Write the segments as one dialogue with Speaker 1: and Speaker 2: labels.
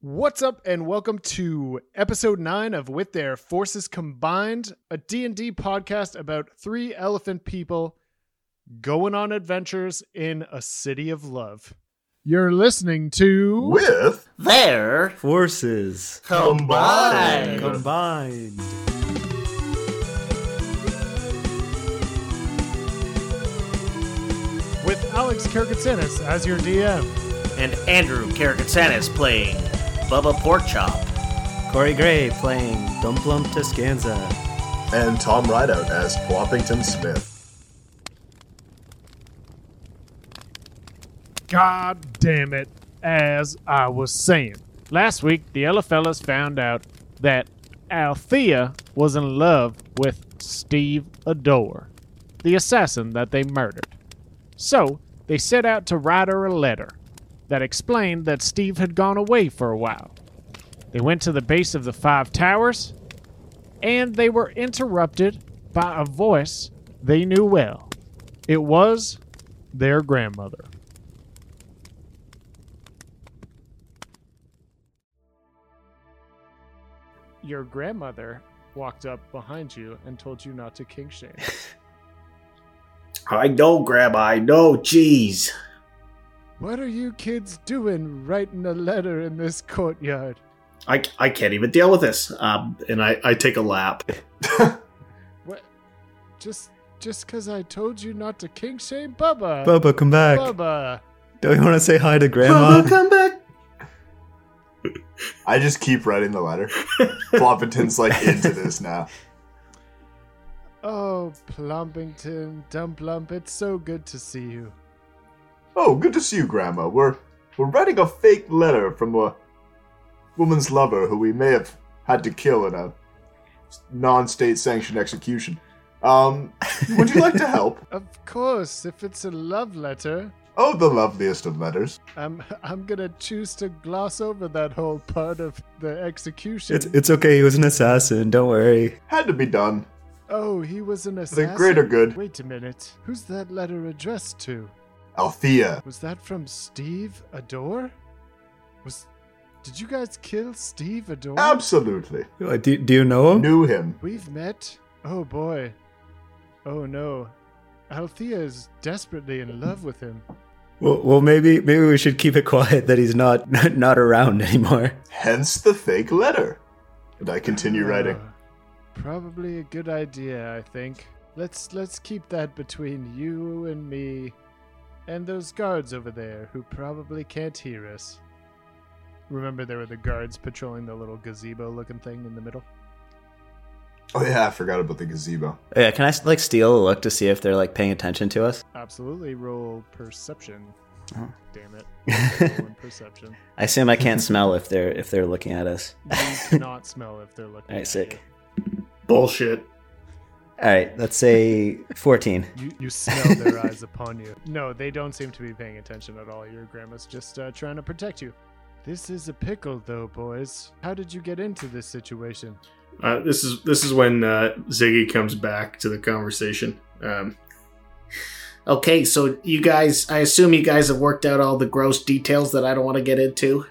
Speaker 1: What's up and welcome to episode 9 of With Their Forces Combined, a D&D podcast about three elephant people going on adventures in a city of love. You're listening to
Speaker 2: with
Speaker 3: There,
Speaker 4: forces
Speaker 3: combined.
Speaker 4: combined.
Speaker 1: with Alex Kirkatsanis as your DM.
Speaker 3: and Andrew Karakatsanis playing Bubba Porkchop.
Speaker 4: Corey Gray playing Dumplum Tuscanza.
Speaker 2: and Tom Rideout as Ploppington Smith.
Speaker 1: God damn it, as I was saying. Last week, the Ella fellas found out that Althea was in love with Steve Adore, the assassin that they murdered. So, they set out to write her a letter that explained that Steve had gone away for a while. They went to the base of the Five Towers, and they were interrupted by a voice they knew well. It was their grandmother. your grandmother walked up behind you and told you not to king shame.
Speaker 3: I know, Grandma. I know. Jeez.
Speaker 1: what are you kids doing writing a letter in this courtyard?
Speaker 3: I, I can't even deal with this. Um, and I, I take a lap.
Speaker 1: What? Just just because I told you not to king shame Bubba.
Speaker 4: Bubba, come back.
Speaker 1: Bubba.
Speaker 4: Don't you want to say hi to Grandma?
Speaker 3: come back.
Speaker 2: I just keep writing the letter. Ploppington's like into this now.
Speaker 1: Oh, Plumpington, Dumplump, it's so good to see you.
Speaker 2: Oh, good to see you, Grandma. We're we're writing a fake letter from a woman's lover who we may have had to kill in a non-state sanctioned execution. Um, would you like to help?
Speaker 1: Of course, if it's a love letter,
Speaker 2: Oh, the loveliest of letters.
Speaker 1: I'm I'm gonna choose to gloss over that whole part of the execution.
Speaker 4: It's, it's okay. He was an assassin. Don't worry.
Speaker 2: Had to be done.
Speaker 1: Oh, he was an
Speaker 2: For the
Speaker 1: assassin.
Speaker 2: greater good.
Speaker 1: Wait a minute. Who's that letter addressed to?
Speaker 2: Althea.
Speaker 1: Was that from Steve Adore? Was Did you guys kill Steve Adore?
Speaker 2: Absolutely.
Speaker 4: Uh, Do, do you know him?
Speaker 2: Knew him.
Speaker 1: We've met. Oh boy. Oh no. Althea is desperately in love with him.
Speaker 4: Well, well, maybe maybe we should keep it quiet that he's not not around anymore.
Speaker 2: Hence the fake letter. And I continue writing.
Speaker 1: Uh, probably a good idea, I think. Let's let's keep that between you and me and those guards over there who probably can't hear us. Remember there were the guards patrolling the little gazebo looking thing in the middle?
Speaker 2: Oh yeah, I forgot about the gazebo.
Speaker 4: Oh, Yeah, can I like steal a look to see if they're like paying attention to us?
Speaker 1: Absolutely roll perception.
Speaker 4: Oh.
Speaker 1: Damn it.
Speaker 4: I
Speaker 1: Roll perception.
Speaker 4: assume I can't smell if they're if they're looking at us.
Speaker 1: You cannot smell if they're looking
Speaker 4: All right,
Speaker 1: at
Speaker 4: sick.
Speaker 3: Bullshit.
Speaker 4: All right, let's say fourteen.
Speaker 1: You, you smell their eyes upon you. No, they don't seem to be paying attention at all. Your grandma's just uh, trying to protect you. This is a pickle, though, boys. How did you get into this situation?
Speaker 5: Uh, this is this is when uh, Ziggy comes back to the conversation. Um,
Speaker 3: Okay, so you guys, I assume you guys have worked out all the gross details that I don't want to get into.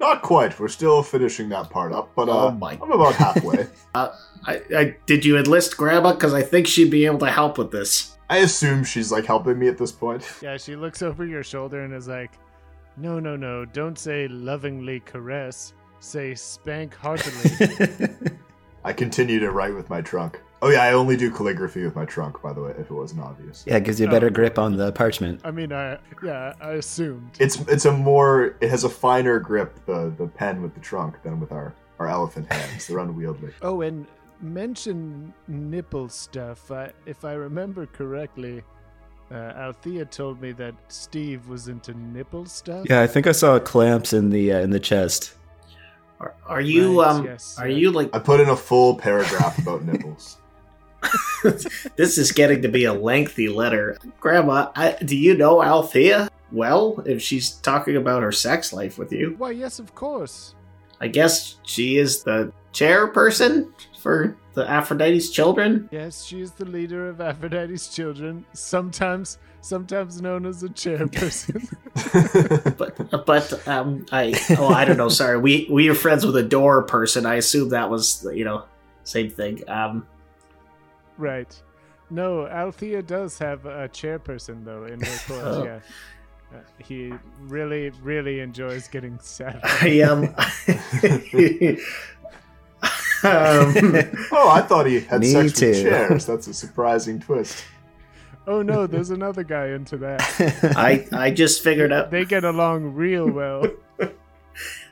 Speaker 2: Not quite. We're still finishing that part up, but uh,
Speaker 3: Oh
Speaker 4: Um,
Speaker 3: my-
Speaker 2: I'm about halfway.
Speaker 3: I, I did you enlist Grandma because I think she'd be able to help with this.
Speaker 2: I assume she's like helping me at this point.
Speaker 1: Yeah, she looks over your shoulder and is like, No, no, no. Don't say lovingly caress. Say spank heartily.
Speaker 2: I continue to write with my trunk. Oh yeah, I only do calligraphy with my trunk, by the way, if it wasn't obvious.
Speaker 4: yeah, it gives you a better grip on the parchment.
Speaker 1: I mean, I yeah, I assumed.
Speaker 2: It's it's a more it has a finer grip the the pen with the trunk than with our our elephant hands. They're unwieldy.
Speaker 1: Oh, and mention nipple stuff. I, if I remember correctly, uh, Althea told me that Steve was into nipple stuff.
Speaker 4: Yeah, I think I saw clamps in the uh, in the chest.
Speaker 3: Are, are you
Speaker 1: Right,
Speaker 3: um?
Speaker 1: yes,
Speaker 3: are
Speaker 1: yeah.
Speaker 3: you like
Speaker 2: I put in a full paragraph about nipples.
Speaker 3: this is getting to be a lengthy letter. Grandma, I, do you know Althea? Well, if she's talking about her sex life with you,
Speaker 1: Why, yes, of course.
Speaker 3: I guess she is the chairperson for the Aphrodite's children.
Speaker 1: Yes, she is the leader of Aphrodite's children. Sometimes, sometimes known as a chairperson.
Speaker 3: But but um, I oh I don't know. Sorry, we we are friends with a door person. I assume that was you know same thing. Um,
Speaker 1: right. No, Althea does have a chairperson though in her course.
Speaker 3: Oh.
Speaker 1: Yeah. Uh, he really, really enjoys getting sad.
Speaker 3: I um, um
Speaker 2: oh, I thought he had
Speaker 4: Me
Speaker 2: sex with
Speaker 4: too.
Speaker 2: chairs. That's a surprising twist.
Speaker 1: Oh no, there's another guy into that.
Speaker 3: I I just figured out
Speaker 1: They get along real well.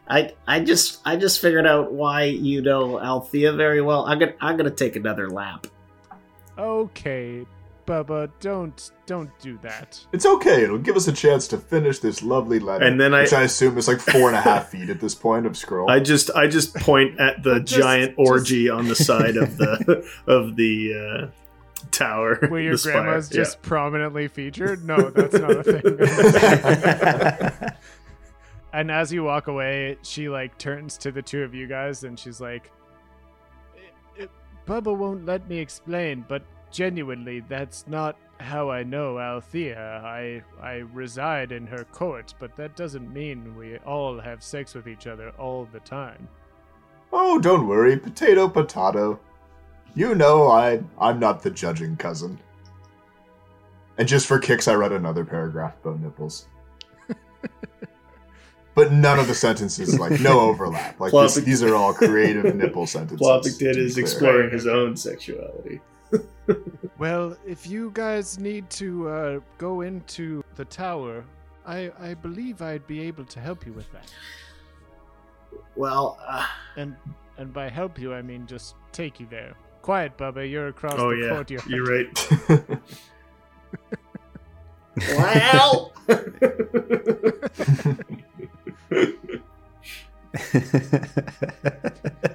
Speaker 3: I I just I just figured out why you know Althea very well. I'm gonna I'm gonna take another lap.
Speaker 1: Okay, Bubba, don't don't do that.
Speaker 2: It's okay. It'll give us a chance to finish this lovely letter,
Speaker 5: And then I-
Speaker 2: which I assume is like four and a half feet at this point of scroll.
Speaker 5: I just I just point at the
Speaker 1: Just-
Speaker 5: giant
Speaker 1: just-
Speaker 5: orgy on the side of the of the uh, tower.
Speaker 1: Where your
Speaker 5: the spire.
Speaker 1: grandma's
Speaker 5: Yeah.
Speaker 1: just prominently featured? No, that's not a thing. and as you walk away, she like turns to the two of you guys and she's like, "Eh, eh, "Bubba won't let me explain, but genuinely, that's not how I know Althea. I I reside in her court, but that doesn't mean we all have sex with each other all the time."
Speaker 2: oh, don't worry, potato, potato. You know, I I'm not the judging cousin. And just for kicks, I read another paragraph about nipples. But none of the sentences like no overlap. Like this,
Speaker 5: Plopping-
Speaker 2: these are all creative nipple sentences.
Speaker 5: Plopic did
Speaker 2: to be
Speaker 5: is
Speaker 2: clear.
Speaker 5: exploring his own sexuality.
Speaker 1: Well, if you guys need to uh, go into the tower, I, I believe I'd be able to help you with that.
Speaker 3: Well, uh,
Speaker 1: And and by help you, I mean just take you there. Quiet, Bubba, you're across
Speaker 5: Oh
Speaker 1: the
Speaker 5: yeah,
Speaker 1: courtyard.
Speaker 3: well,
Speaker 5: you're right.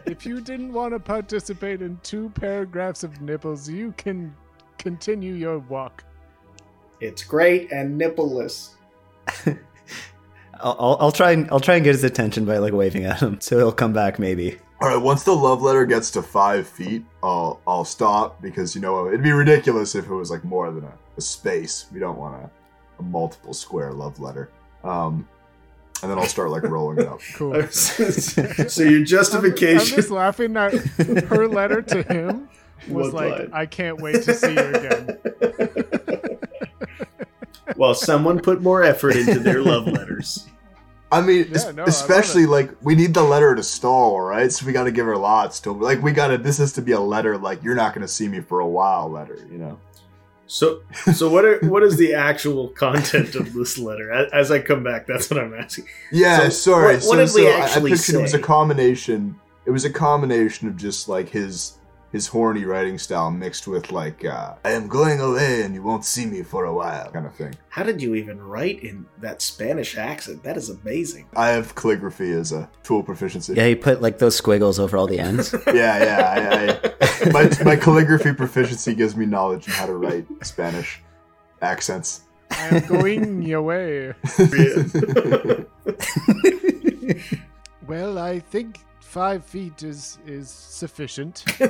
Speaker 1: If you didn't want to participate in two paragraphs of nipples, you can continue your walk.
Speaker 3: it's great and nippleless.
Speaker 4: I'll, I'll, I'll try and I'll try and get his attention by like waving at him, so he'll come back maybe.
Speaker 2: All right, once the love letter gets to five feet, I'll I'll stop because you know it'd be ridiculous if it was like more than a, a space. We don't want a, a multiple square love letter. Um, and then I'll start like rolling it up.
Speaker 1: Cool.
Speaker 5: so your
Speaker 1: I'm, I'm
Speaker 5: justification.
Speaker 1: just laughing at her letter to him was
Speaker 5: One
Speaker 1: like,
Speaker 5: line.
Speaker 1: I can't wait to see you again.
Speaker 5: well, someone put more effort into their love letters.
Speaker 2: I mean,
Speaker 1: Yeah,
Speaker 2: es-
Speaker 1: no, I love
Speaker 2: especially
Speaker 1: it.
Speaker 2: like we need the letter to stall, right? So we got to give her lots to like we got to. This has to be a letter like you're not going to see me for a while. Letter, you know.
Speaker 5: So, so what are what is the actual content of this letter? As, as I come back, that's what I'm asking.
Speaker 2: Yeah,
Speaker 3: So,
Speaker 2: sorry.
Speaker 3: what-
Speaker 2: so,
Speaker 3: what did
Speaker 2: so
Speaker 3: we
Speaker 2: I-
Speaker 3: actually
Speaker 2: I pictured it was a
Speaker 3: say?
Speaker 2: combination. It was a combination of just like his his horny writing style mixed with like uh, I am going away and you won't see me for a while kind of thing.
Speaker 3: How did you even write in that Spanish accent? That is amazing.
Speaker 2: I have calligraphy as a tool proficiency.
Speaker 4: Yeah, he put like those squiggles over all the ends.
Speaker 2: yeah, yeah. I, I, my my calligraphy proficiency gives me knowledge in how to write Spanish accents.
Speaker 1: I'm going your way. Well, I think five feet is is sufficient. uh,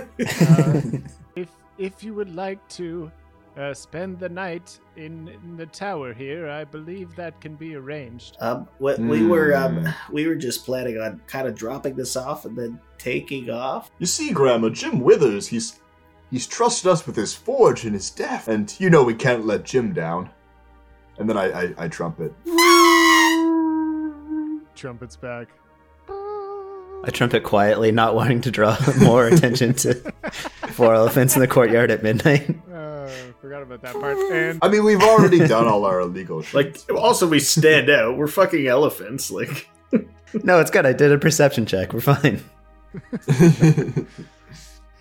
Speaker 1: if if you would like to uh, spend the night in, in the tower here, I believe that can be arranged.
Speaker 3: Um, we, we
Speaker 5: Hmm.
Speaker 3: were um,
Speaker 2: Mm.
Speaker 3: we were just planning on kind of dropping this off and then taking off.
Speaker 2: You see, Grandma, Jim Withers, he's he's trusted us with his forge and his death, and you know we can't let Jim down. And then I I, I trumpet.
Speaker 1: Trumpets back.
Speaker 4: I trumpet quietly, not wanting to draw more attention to four elephants in the courtyard at midnight.
Speaker 1: Uh, forgot about that part. And
Speaker 2: I mean, we've already done all our illegal shit.
Speaker 5: Like, also we stand out. We're fucking elephants. Like,
Speaker 4: No, it's good. I did a perception check. We're fine.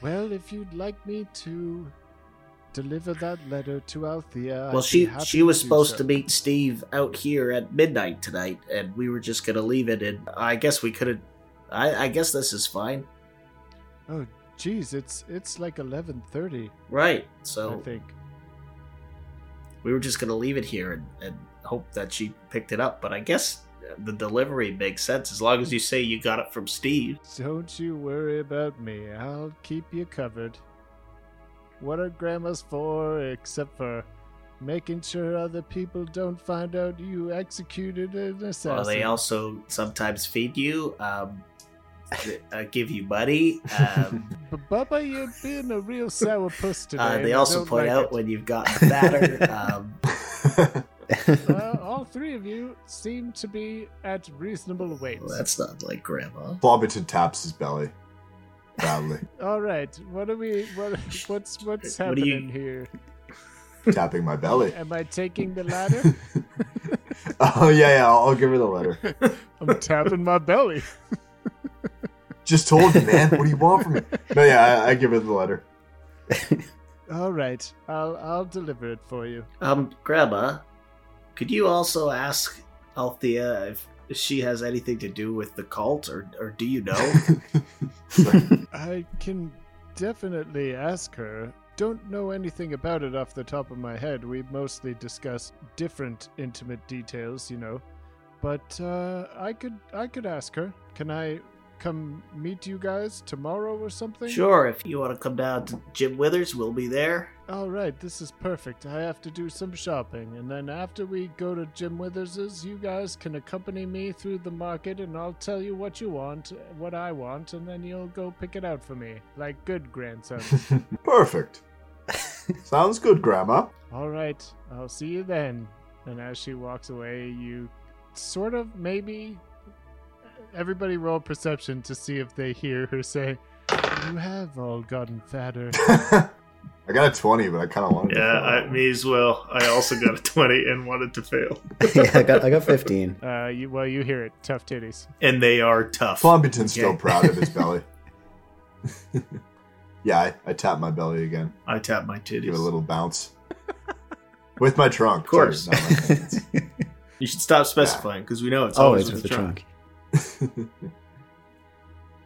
Speaker 1: well, if you'd like me to deliver that letter to Althea,
Speaker 3: Well, she she was supposed to meet Steve out here at midnight tonight, and we were just gonna leave it. And I guess we could have. I, I guess this is fine,
Speaker 1: Oh, geez, it's it's like eleven thirty.
Speaker 3: right?
Speaker 1: I
Speaker 3: So
Speaker 1: think.
Speaker 3: we were just gonna leave it here and, and hope that she picked it up. But I guess the delivery makes sense as long as you say you got it from Steve.
Speaker 1: Don't you worry about me. I'll keep you covered. What are grandmas for except for making sure other people don't find out you executed an assassin.
Speaker 3: Well, Uh, they also sometimes feed you, um, th- uh, give you money. Um,
Speaker 1: But Bubba, you're being a real sourpuss today.
Speaker 3: uh,
Speaker 1: and
Speaker 3: they
Speaker 1: I
Speaker 3: also
Speaker 1: don't
Speaker 3: point
Speaker 1: like
Speaker 3: out
Speaker 1: it.
Speaker 3: when you've gotten fatter. Um,
Speaker 1: Well, Uh, all three of you seem to be at reasonable weights.
Speaker 3: well, that's not like grandma.
Speaker 2: Blobberton taps his belly proudly,
Speaker 1: All right, what are we? What, what's what's
Speaker 3: What do you-
Speaker 1: happening here?
Speaker 2: tapping my belly.
Speaker 1: Am I taking the ladder?
Speaker 2: oh yeah, yeah. I'll, I'll give her the letter.
Speaker 1: I'm tapping my belly.
Speaker 2: Just told you, man. What do you want from me? No, yeah, I, I give her the letter.
Speaker 1: All right, I'll I'll deliver it for you.
Speaker 3: Um, Grandma, could you also ask Althea if she has anything to do with the cult, or or do you know?
Speaker 1: I can definitely ask her. Don't know anything about it off the top of my head. We mostly discuss different intimate details, you know. But uh, I could I could ask her. Can I come meet you guys tomorrow or something?
Speaker 3: sure, if you want to come down to Jim Withers, we'll be there.
Speaker 1: All right, this is perfect. I have to do some shopping, and then after we go to Jim Withers's, you guys can accompany me through the market, and I'll tell you what you want, what I want, and then you'll go pick it out for me, like good grandson.
Speaker 2: Perfect. Sounds good, Grandma.
Speaker 1: All right, I'll see you then. And as she walks away, you sort of maybe everybody roll perception to see if they hear her say, "You have all gotten fatter."
Speaker 2: I got a twenty, but I kind of wanted.
Speaker 5: Yeah, I,
Speaker 2: to
Speaker 5: me as well. I also got a 20 and wanted to fail.
Speaker 4: yeah, I got I got fifteen.
Speaker 1: Uh, you well, you hear it. Tough titties.
Speaker 5: And they are tough.
Speaker 2: Flomberton's still
Speaker 3: Okay.
Speaker 2: proud of his belly. yeah, I, I tap my belly again.
Speaker 5: I tap my titties.
Speaker 2: Give it a little bounce with my trunk. Of
Speaker 5: course. You should stop
Speaker 2: specifying,
Speaker 5: specifying because we know it's
Speaker 4: Always with the trunk.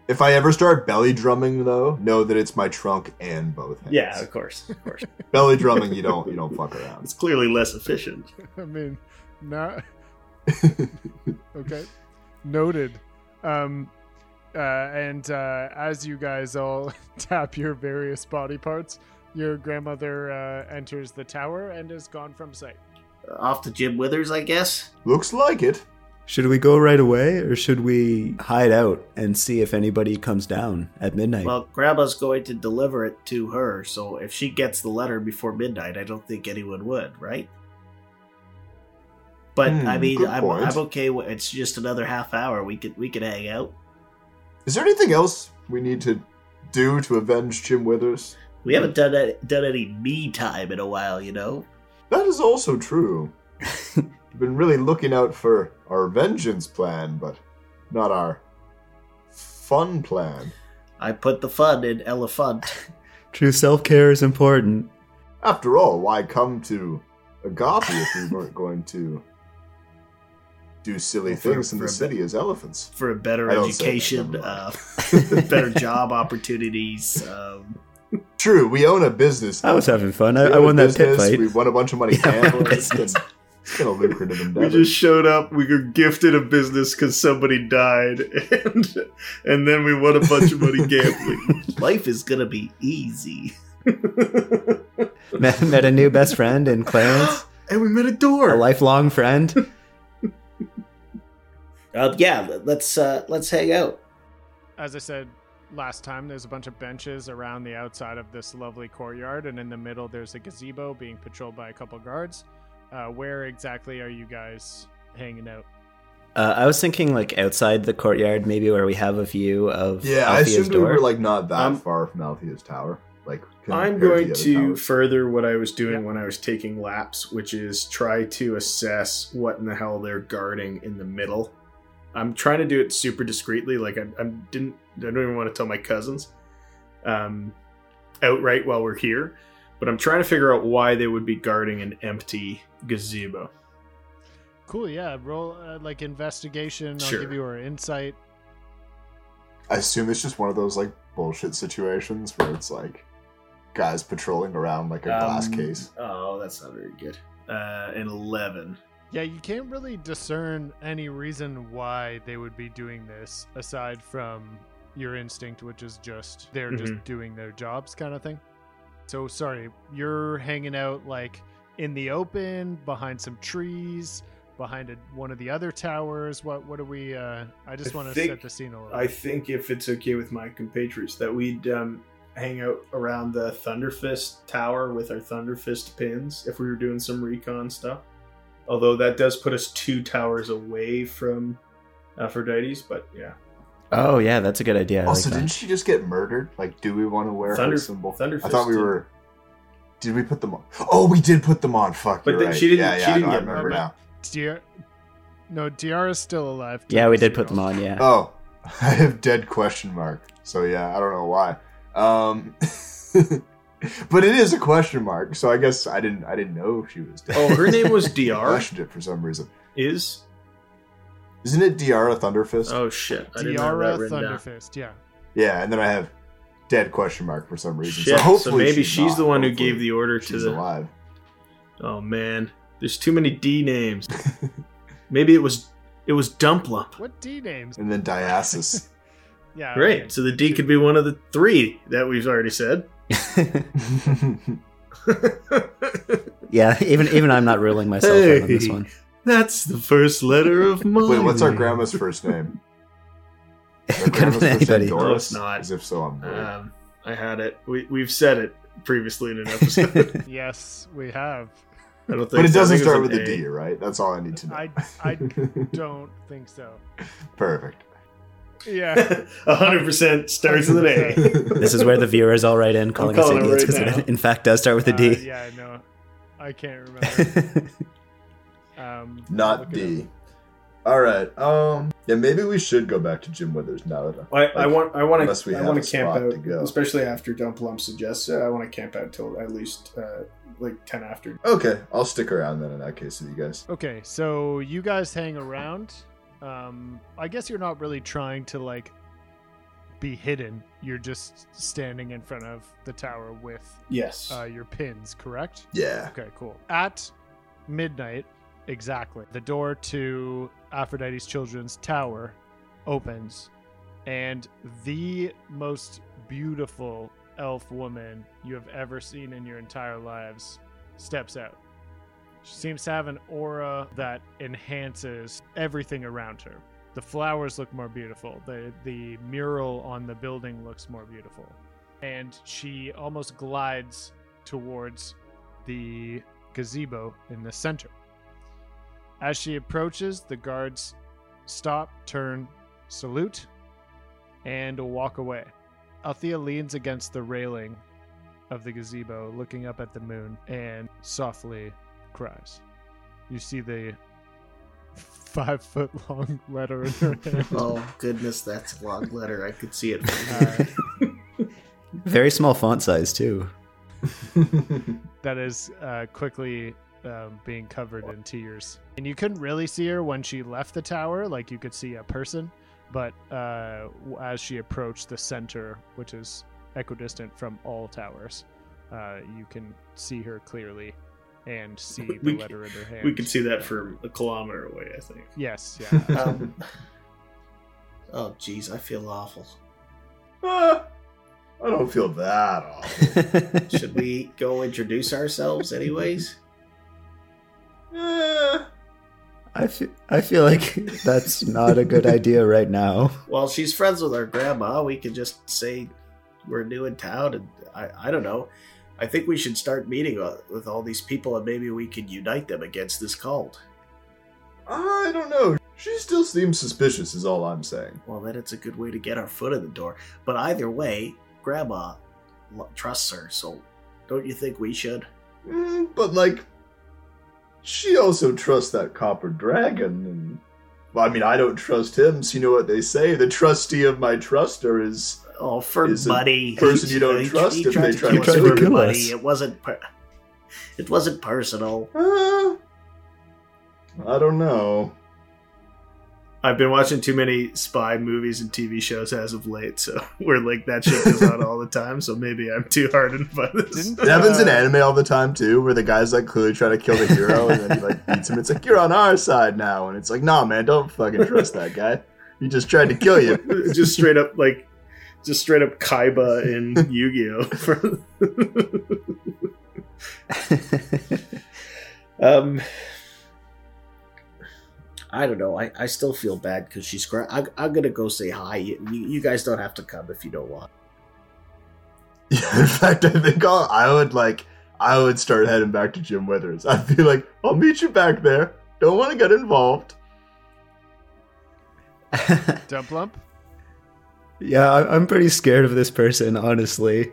Speaker 2: if I ever start belly drumming, though, know that it's my trunk and both hands.
Speaker 5: Yeah, of course, of course.
Speaker 2: belly drumming, you don't you don't fuck around.
Speaker 5: it's clearly less efficient.
Speaker 1: I mean, not okay. Noted. Um, uh, and uh, as you guys all tap your various body parts, your grandmother uh, enters the tower and is gone from sight.
Speaker 3: Off to Jim Withers, I guess.
Speaker 2: Looks like it.
Speaker 4: Should we go right away, or should we hide out and see if anybody comes down at midnight?
Speaker 3: Well, Grandma's going to deliver it to her, so if she gets the letter before midnight, I don't think anyone would, right? But
Speaker 2: Hmm,
Speaker 3: I mean,
Speaker 2: good
Speaker 3: I'm,
Speaker 2: point.
Speaker 3: I'm okay. With, it's just another half hour. We could we could hang out.
Speaker 2: Is there anything else we need to do to avenge Jim Withers?
Speaker 3: We haven't done any, done any me time in a while, you know.
Speaker 2: That is also true. We've been really looking out for our vengeance plan, but not our fun plan.
Speaker 3: I put the fun in elephant.
Speaker 4: True self care is important.
Speaker 2: After all, why come to Agape if we weren't going to do silly
Speaker 3: For-
Speaker 2: things in
Speaker 3: for
Speaker 2: the
Speaker 3: a
Speaker 2: city as elephants?
Speaker 3: for a better
Speaker 2: I don't say that,
Speaker 3: education,
Speaker 2: never
Speaker 3: uh, better job opportunities. Um,
Speaker 2: True, we own a business.
Speaker 4: I was having fun.
Speaker 2: We
Speaker 4: I,
Speaker 2: own
Speaker 4: I
Speaker 2: a
Speaker 4: won that pit
Speaker 2: business,
Speaker 4: fight.
Speaker 2: We won a bunch of money
Speaker 4: Yeah, we
Speaker 2: gambling.
Speaker 4: own a
Speaker 2: It's been,
Speaker 4: business.
Speaker 2: it's been a lucrative endeavor.
Speaker 5: We just showed up. We were gifted a business because somebody died, and and then we won a bunch of money gambling.
Speaker 3: life is gonna be easy.
Speaker 4: met, met a new best friend in Clarence,
Speaker 5: and we met a
Speaker 4: a
Speaker 5: door.
Speaker 4: lifelong friend.
Speaker 3: Um, yeah, let's uh, let's hang out.
Speaker 1: as I said last time, there's a bunch of benches around the outside of this lovely courtyard, and in the middle, there's a gazebo being patrolled by a couple guards. Uh, where exactly are you guys hanging out?
Speaker 4: Uh, I was thinking like outside the courtyard, maybe where we have a view of
Speaker 2: yeah, I
Speaker 4: Althea's
Speaker 2: assumed we
Speaker 4: door.
Speaker 2: were like not that
Speaker 5: Um,
Speaker 2: far from Althea's tower. Like
Speaker 5: I'm
Speaker 2: compared
Speaker 5: going
Speaker 2: the other
Speaker 5: to
Speaker 2: towers.
Speaker 5: further what I was doing
Speaker 1: Yeah.
Speaker 5: when I was taking laps, which is try to assess what in the hell they're guarding in the middle. I'm trying to do it super discreetly, like I, I didn't, I don't even want to tell my cousins, um, outright while we're here. But I'm trying to figure out why they would be guarding an empty gazebo.
Speaker 1: Cool, yeah. Roll uh, like investigation. I'll
Speaker 5: Sure.
Speaker 1: give you our insight.
Speaker 2: I assume it's just one of those like bullshit situations where it's like guys patrolling around like a glass
Speaker 5: Um,
Speaker 2: case.
Speaker 5: Oh, that's not very good. Uh, an eleven.
Speaker 1: Yeah, you can't really discern any reason why they would be doing this aside from your instinct, which is just
Speaker 4: Mm-hmm.
Speaker 1: they're just doing their jobs kind of thing. So sorry, you're hanging out like in the open, behind some trees, behind a, one of the other towers? What what are we? Uh, I just
Speaker 5: I
Speaker 1: want to
Speaker 5: think-
Speaker 1: set the scene a little.
Speaker 5: I think if it's okay with my compatriots, that we'd um, hang out around the Thunderfist Tower with our Thunderfist pins if we were doing some recon stuff. Although that does put us two towers away from Aphrodite's, but yeah,
Speaker 4: Oh yeah, that's a good idea. I
Speaker 2: also,
Speaker 4: like that.
Speaker 2: didn't she just get murdered? Like, do we want to wear
Speaker 5: Thunder-
Speaker 2: her symbol?
Speaker 5: Thunderfist.
Speaker 2: I thought we
Speaker 5: did-
Speaker 2: were. Did we put them on? Oh, we did put them on. Fuck.
Speaker 5: But
Speaker 2: you're
Speaker 5: then
Speaker 2: right.
Speaker 5: she didn't-
Speaker 2: Yeah,
Speaker 5: she
Speaker 2: yeah,
Speaker 5: didn't
Speaker 2: no, I
Speaker 5: get
Speaker 2: remember
Speaker 5: murdered.
Speaker 2: now.
Speaker 1: Tiara, no, Tiara's still alive.
Speaker 4: yeah, we
Speaker 1: Tiara's
Speaker 4: did put them
Speaker 1: alive.
Speaker 4: on. Yeah.
Speaker 2: Oh, I have dead question mark. So yeah, I don't know why. Um, but it is a question mark. So I guess I didn't. I didn't know she was dead.
Speaker 5: Oh, her name was
Speaker 2: I
Speaker 5: Dr.
Speaker 2: questioned it for some reason.
Speaker 5: Is
Speaker 2: Isn't it Diara Thunderfist?
Speaker 5: oh shit, I didn't have that
Speaker 1: Tiara
Speaker 5: written down.
Speaker 1: Thunderfist. Yeah.
Speaker 2: Yeah, and then I have dead question mark for some reason.
Speaker 5: Shit,
Speaker 2: so
Speaker 5: so,
Speaker 2: hopefully
Speaker 5: maybe she's,
Speaker 2: not.
Speaker 5: the one who
Speaker 2: Hopefully
Speaker 5: gave the order to
Speaker 2: she's
Speaker 5: the.
Speaker 2: alive.
Speaker 5: Oh man, there's too many D names. maybe it was it was Dumplump.
Speaker 1: What D names?
Speaker 2: And then Diasis.
Speaker 1: Yeah. okay.
Speaker 5: Great. So the D could be one of the three that we've already said.
Speaker 4: yeah. Even even I'm not ruling myself out on this
Speaker 5: Hey.
Speaker 4: one.
Speaker 5: That's the first letter of my.
Speaker 2: Wait, what's our
Speaker 5: name.
Speaker 2: grandma's first name? Our
Speaker 4: It could have
Speaker 2: grandma's
Speaker 4: been
Speaker 2: first name
Speaker 4: anybody.
Speaker 5: door. No, it's
Speaker 2: Doris?
Speaker 5: not.
Speaker 2: As if so, I'm worried.
Speaker 5: Um, I had it. We we've said it previously in an episode.
Speaker 1: Yes, we have.
Speaker 5: I don't think.
Speaker 2: but it
Speaker 5: so. I
Speaker 2: doesn't
Speaker 5: think
Speaker 2: start
Speaker 5: was
Speaker 2: with
Speaker 5: an
Speaker 2: a D, right? That's all I need to know.
Speaker 1: I I don't think so.
Speaker 2: Perfect.
Speaker 1: Yeah.
Speaker 5: A hundred percent starts with an A.
Speaker 4: This is where the viewers all write in calling
Speaker 5: calling it
Speaker 4: us idiots
Speaker 5: right
Speaker 4: because
Speaker 5: now.
Speaker 4: it in fact does start with a
Speaker 1: Uh,
Speaker 4: D.
Speaker 1: yeah, I know. I can't remember. Um,
Speaker 2: Not
Speaker 1: look it
Speaker 2: D. All right. Um. Yeah, maybe we should go back to Jim Withers now that.
Speaker 5: I, I want. I want
Speaker 2: Unless we
Speaker 5: to. I
Speaker 2: have
Speaker 5: want
Speaker 2: a
Speaker 5: to camp
Speaker 2: spot to go.
Speaker 5: out, especially after Dumplump suggests it. I want to camp out till at least uh, like ten after.
Speaker 2: Okay, I'll stick around then. In that case, with you guys.
Speaker 1: Okay, so you guys hang around. Um, I guess you're not really trying to like be hidden. You're just standing in front of the tower with
Speaker 5: Yes.
Speaker 1: uh, your pins, correct?
Speaker 2: Yeah.
Speaker 1: Okay, cool. At midnight, exactly, the door to Aphrodite's Children's Tower opens, and the most beautiful elf woman you have ever seen in your entire lives steps out. She seems to have an aura that enhances everything around her. The flowers look more beautiful. The the mural on the building looks more beautiful. And she almost glides towards the gazebo in the center. As she approaches, the guards stop, turn, salute, and walk away. Althea leans against the railing of the gazebo, looking up at the moon, and softly cries. You see the five foot long letter in her hand.
Speaker 3: Oh goodness, that's a long letter. I could see it.
Speaker 1: Uh,
Speaker 4: Very small font size too.
Speaker 1: that is uh, quickly um, being covered in tears. And you couldn't really see her when she left the tower, like you could see a person, but uh, w- as she approached the center, which is equidistant from all towers, uh, you can see her clearly and see the
Speaker 5: We c-
Speaker 1: letter in her hand.
Speaker 5: we could see that from a kilometer away. I think.
Speaker 1: Yes, yeah.
Speaker 3: Um, oh jeez, I feel awful.
Speaker 2: Ah, I don't feel that awful.
Speaker 3: Should we go introduce ourselves, anyways?
Speaker 2: Eh,
Speaker 4: I feel, I feel like that's not a good idea right now.
Speaker 3: Well, she's friends with our grandma. We could just say we're new in town, and I, I don't know. I think we should start meeting uh, with all these people, and maybe we could unite them against this cult.
Speaker 2: I don't know. She still seems suspicious. Is all I'm saying.
Speaker 3: Well, then it's a good way to get our foot in the door. But either way, grandma lo- trusts her, so don't you think we should?
Speaker 2: Mm, but like, she also trusts that copper dragon, and well, I mean, I don't trust him. So you know what they say: the trustee of my truster is
Speaker 3: Oh, for
Speaker 2: Is a
Speaker 3: money.
Speaker 2: person you don't trust if
Speaker 3: tried
Speaker 2: they
Speaker 3: to
Speaker 2: try
Speaker 3: kill
Speaker 4: to
Speaker 3: us
Speaker 4: kill
Speaker 3: for
Speaker 4: us.
Speaker 3: money. It wasn't. Per- it wasn't personal.
Speaker 2: Uh, I don't know.
Speaker 5: I've been watching too many spy movies and TV shows as of late, so we're like that shit goes on all the time. So maybe I'm too hardened by this.
Speaker 1: Didn't-
Speaker 2: It happens in
Speaker 1: Uh,
Speaker 2: anime all the time too, where the guy's like clearly trying to kill the hero, and then he like beats him. It's like you're on our side now, and it's like, nah, man, don't fucking trust that guy. He just tried to kill you.
Speaker 5: just straight up like, just straight up Kaiba in Yu-Gi-Oh. For-
Speaker 3: Um, I don't know. I, I still feel bad because she's crying. I, I'm gonna go say hi. You, you guys don't have to come if you don't want.
Speaker 2: Yeah, in fact, I think I'll, I would like I would start heading back to Jim Withers. I'd be like, I'll meet you back there. Don't want to get involved.
Speaker 1: Dump lump.
Speaker 4: yeah, I- I'm pretty scared of this person, honestly.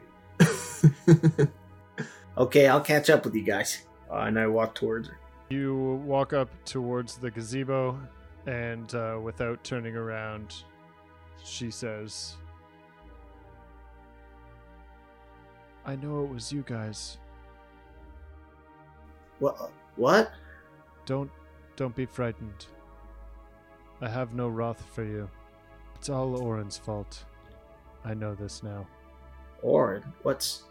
Speaker 3: Okay, I'll catch up with you guys. Uh, and I walk towards her.
Speaker 1: You walk up towards the gazebo, and uh, without turning around, she says, I know it was you guys.
Speaker 3: What? What?
Speaker 1: Don't don't be frightened. I have no wrath for you. It's all Oren's fault. I know this now.
Speaker 3: Orin? What's?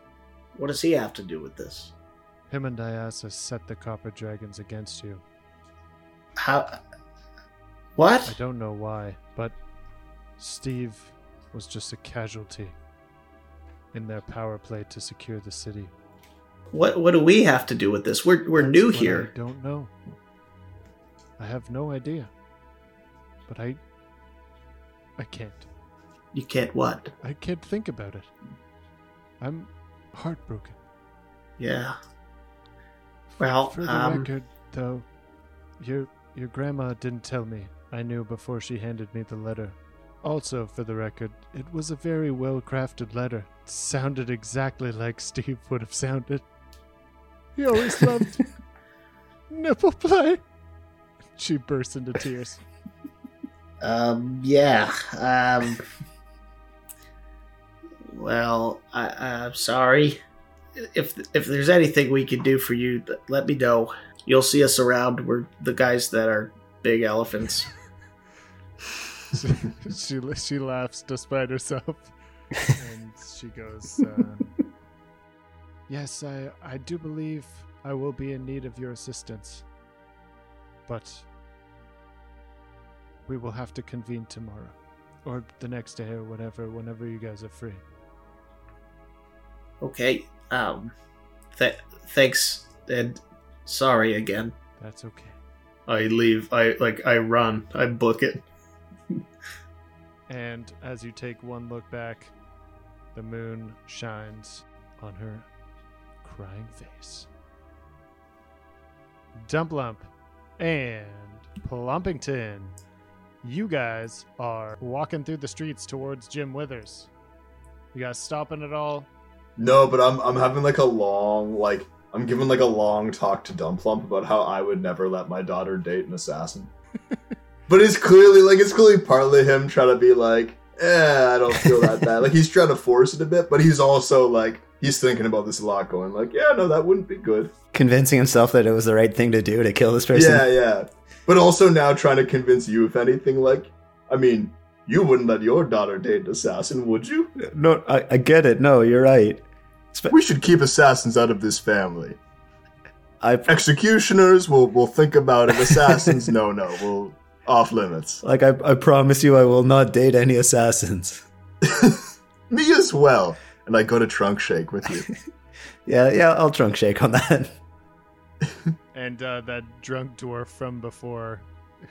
Speaker 3: What does he have to do with this?
Speaker 1: Him and Diasa set the copper dragons against you.
Speaker 3: How?
Speaker 1: I
Speaker 3: What?
Speaker 1: don't know why, but Steve was just a casualty in their power play to secure the city.
Speaker 3: What? What do we have to do with this? We're we're new
Speaker 1: That's what
Speaker 3: here.
Speaker 1: I don't know. I have no idea. But I I can't.
Speaker 3: You can't what?
Speaker 1: I can't think about it. I'm heartbroken.
Speaker 3: Yeah. Well,
Speaker 1: For the
Speaker 3: um,
Speaker 1: record, though, your your grandma didn't tell me. I knew before she handed me the letter. Also, for the record, it was a very well crafted letter. It sounded exactly like Steve would have sounded. He always loved nipple play. She burst into tears.
Speaker 3: Um, yeah. Um, well, I, I'm sorry. If if there's anything we can do for you, th- let me know. You'll see us around. We're the guys that are big elephants.
Speaker 1: she, she she laughs despite herself, and she goes, uh, "Yes, I I do believe I will be in need of your assistance, but we will have to convene tomorrow, or the next day, or whatever, whenever you guys are free."
Speaker 3: Okay. Um, th- thanks and sorry again.
Speaker 1: That's okay.
Speaker 5: I leave. I like. I run. I book it.
Speaker 1: And as you take one look back, the moon shines on her crying face. Dump Lump and Plumpington, you guys are walking through the streets towards Jim Withers. You guys stopping at all?
Speaker 2: No, but I'm I'm having like a long like I'm giving like a long talk to Dumplump about how I would never let my daughter date an assassin. but it's clearly like it's clearly partly him trying to be like, eh, I don't feel that bad. like he's trying to force it a bit, but he's also like he's thinking about this a lot, going like, yeah, no, that wouldn't be good.
Speaker 4: Convincing himself that it was the right thing to do to kill this person.
Speaker 2: Yeah, yeah. But also now trying to convince you, if anything, like, I mean, you wouldn't let your daughter date an assassin, would you?
Speaker 4: No, I, I get it. No, you're right.
Speaker 2: We should keep assassins out of this family.
Speaker 4: I
Speaker 2: Executioners, we'll, we'll think about it. Assassins, no, no, we'll off limits.
Speaker 4: like I, I promise you I will not date any assassins.
Speaker 2: Me as well. And I go to trunk shake with you.
Speaker 4: Yeah, yeah, I'll drunk shake on that.
Speaker 1: And uh, that drunk dwarf from before,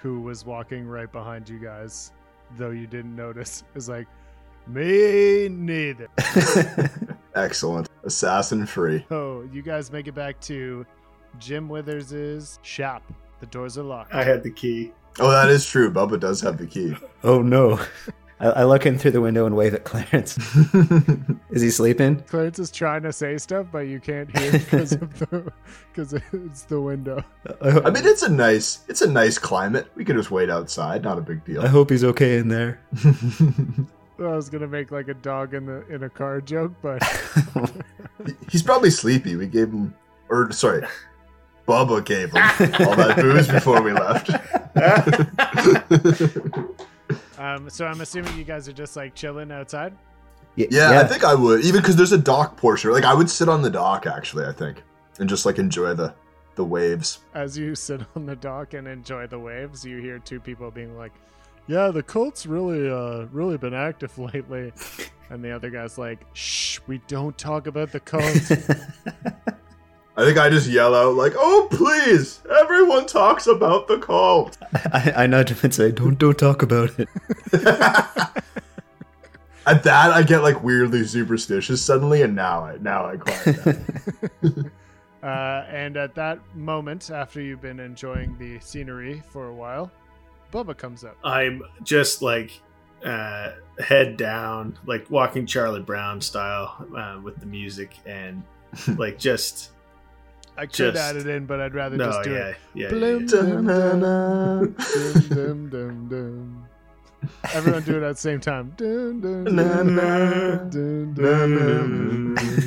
Speaker 1: who was walking right behind you guys, though you didn't notice, is like, me neither.
Speaker 2: Excellent. Assassin free.
Speaker 1: So you guys make it back to Jim Withers' shop. The doors are locked.
Speaker 5: I had the key.
Speaker 2: Oh, that is true. Bubba does have the key.
Speaker 4: oh no. I, I look in through the window and wave at Clarence. Is he sleeping?
Speaker 1: Clarence is trying to say stuff, but you can't hear because of the because it's the window.
Speaker 4: I,
Speaker 2: I mean, it's a nice, it's a nice climate. We could just wait outside. Not a big
Speaker 4: I
Speaker 2: deal.
Speaker 4: hope he's okay in there.
Speaker 1: I was gonna make like a dog in the in a car joke, but
Speaker 2: He's probably sleepy. We gave him, or sorry, Bubba gave him all that booze before we left.
Speaker 1: um. So I'm assuming you guys are just like chilling outside.
Speaker 4: Y-
Speaker 2: yeah, I think I would, even because there's a dock portion. Like I would sit on the dock actually. I think, and just like enjoy the the waves.
Speaker 1: As you sit on the dock and enjoy the waves, you hear two people being like, "Yeah, the Colts really, uh, really been active lately," and the other guy's like, "Shh, we don't talk about the Colts."
Speaker 2: I think I just yell out like, "Oh please! Everyone talks about the cult."
Speaker 4: I, I nudge him and say, "Don't don't talk about it."
Speaker 2: At that, I get like weirdly superstitious suddenly, and now I now I quiet down.
Speaker 1: Uh, and at that moment, after you've been enjoying the scenery for a while, Bubba comes up.
Speaker 5: I'm just like uh, head down, like walking Charlie Brown style uh, with the music and like just
Speaker 1: I could
Speaker 5: Just-
Speaker 1: add it in, but I'd rather
Speaker 5: no,
Speaker 1: just do
Speaker 5: yeah,
Speaker 1: it.
Speaker 5: yeah, yeah,
Speaker 1: Bloom,
Speaker 5: yeah.
Speaker 1: dum, dum, dum, dum, dum, dum. Everyone do it at the same time. Dun, dun, dun,
Speaker 2: Na, na,
Speaker 1: dun, dun,
Speaker 2: na, na,
Speaker 1: dun,
Speaker 2: na,
Speaker 1: dun, dun,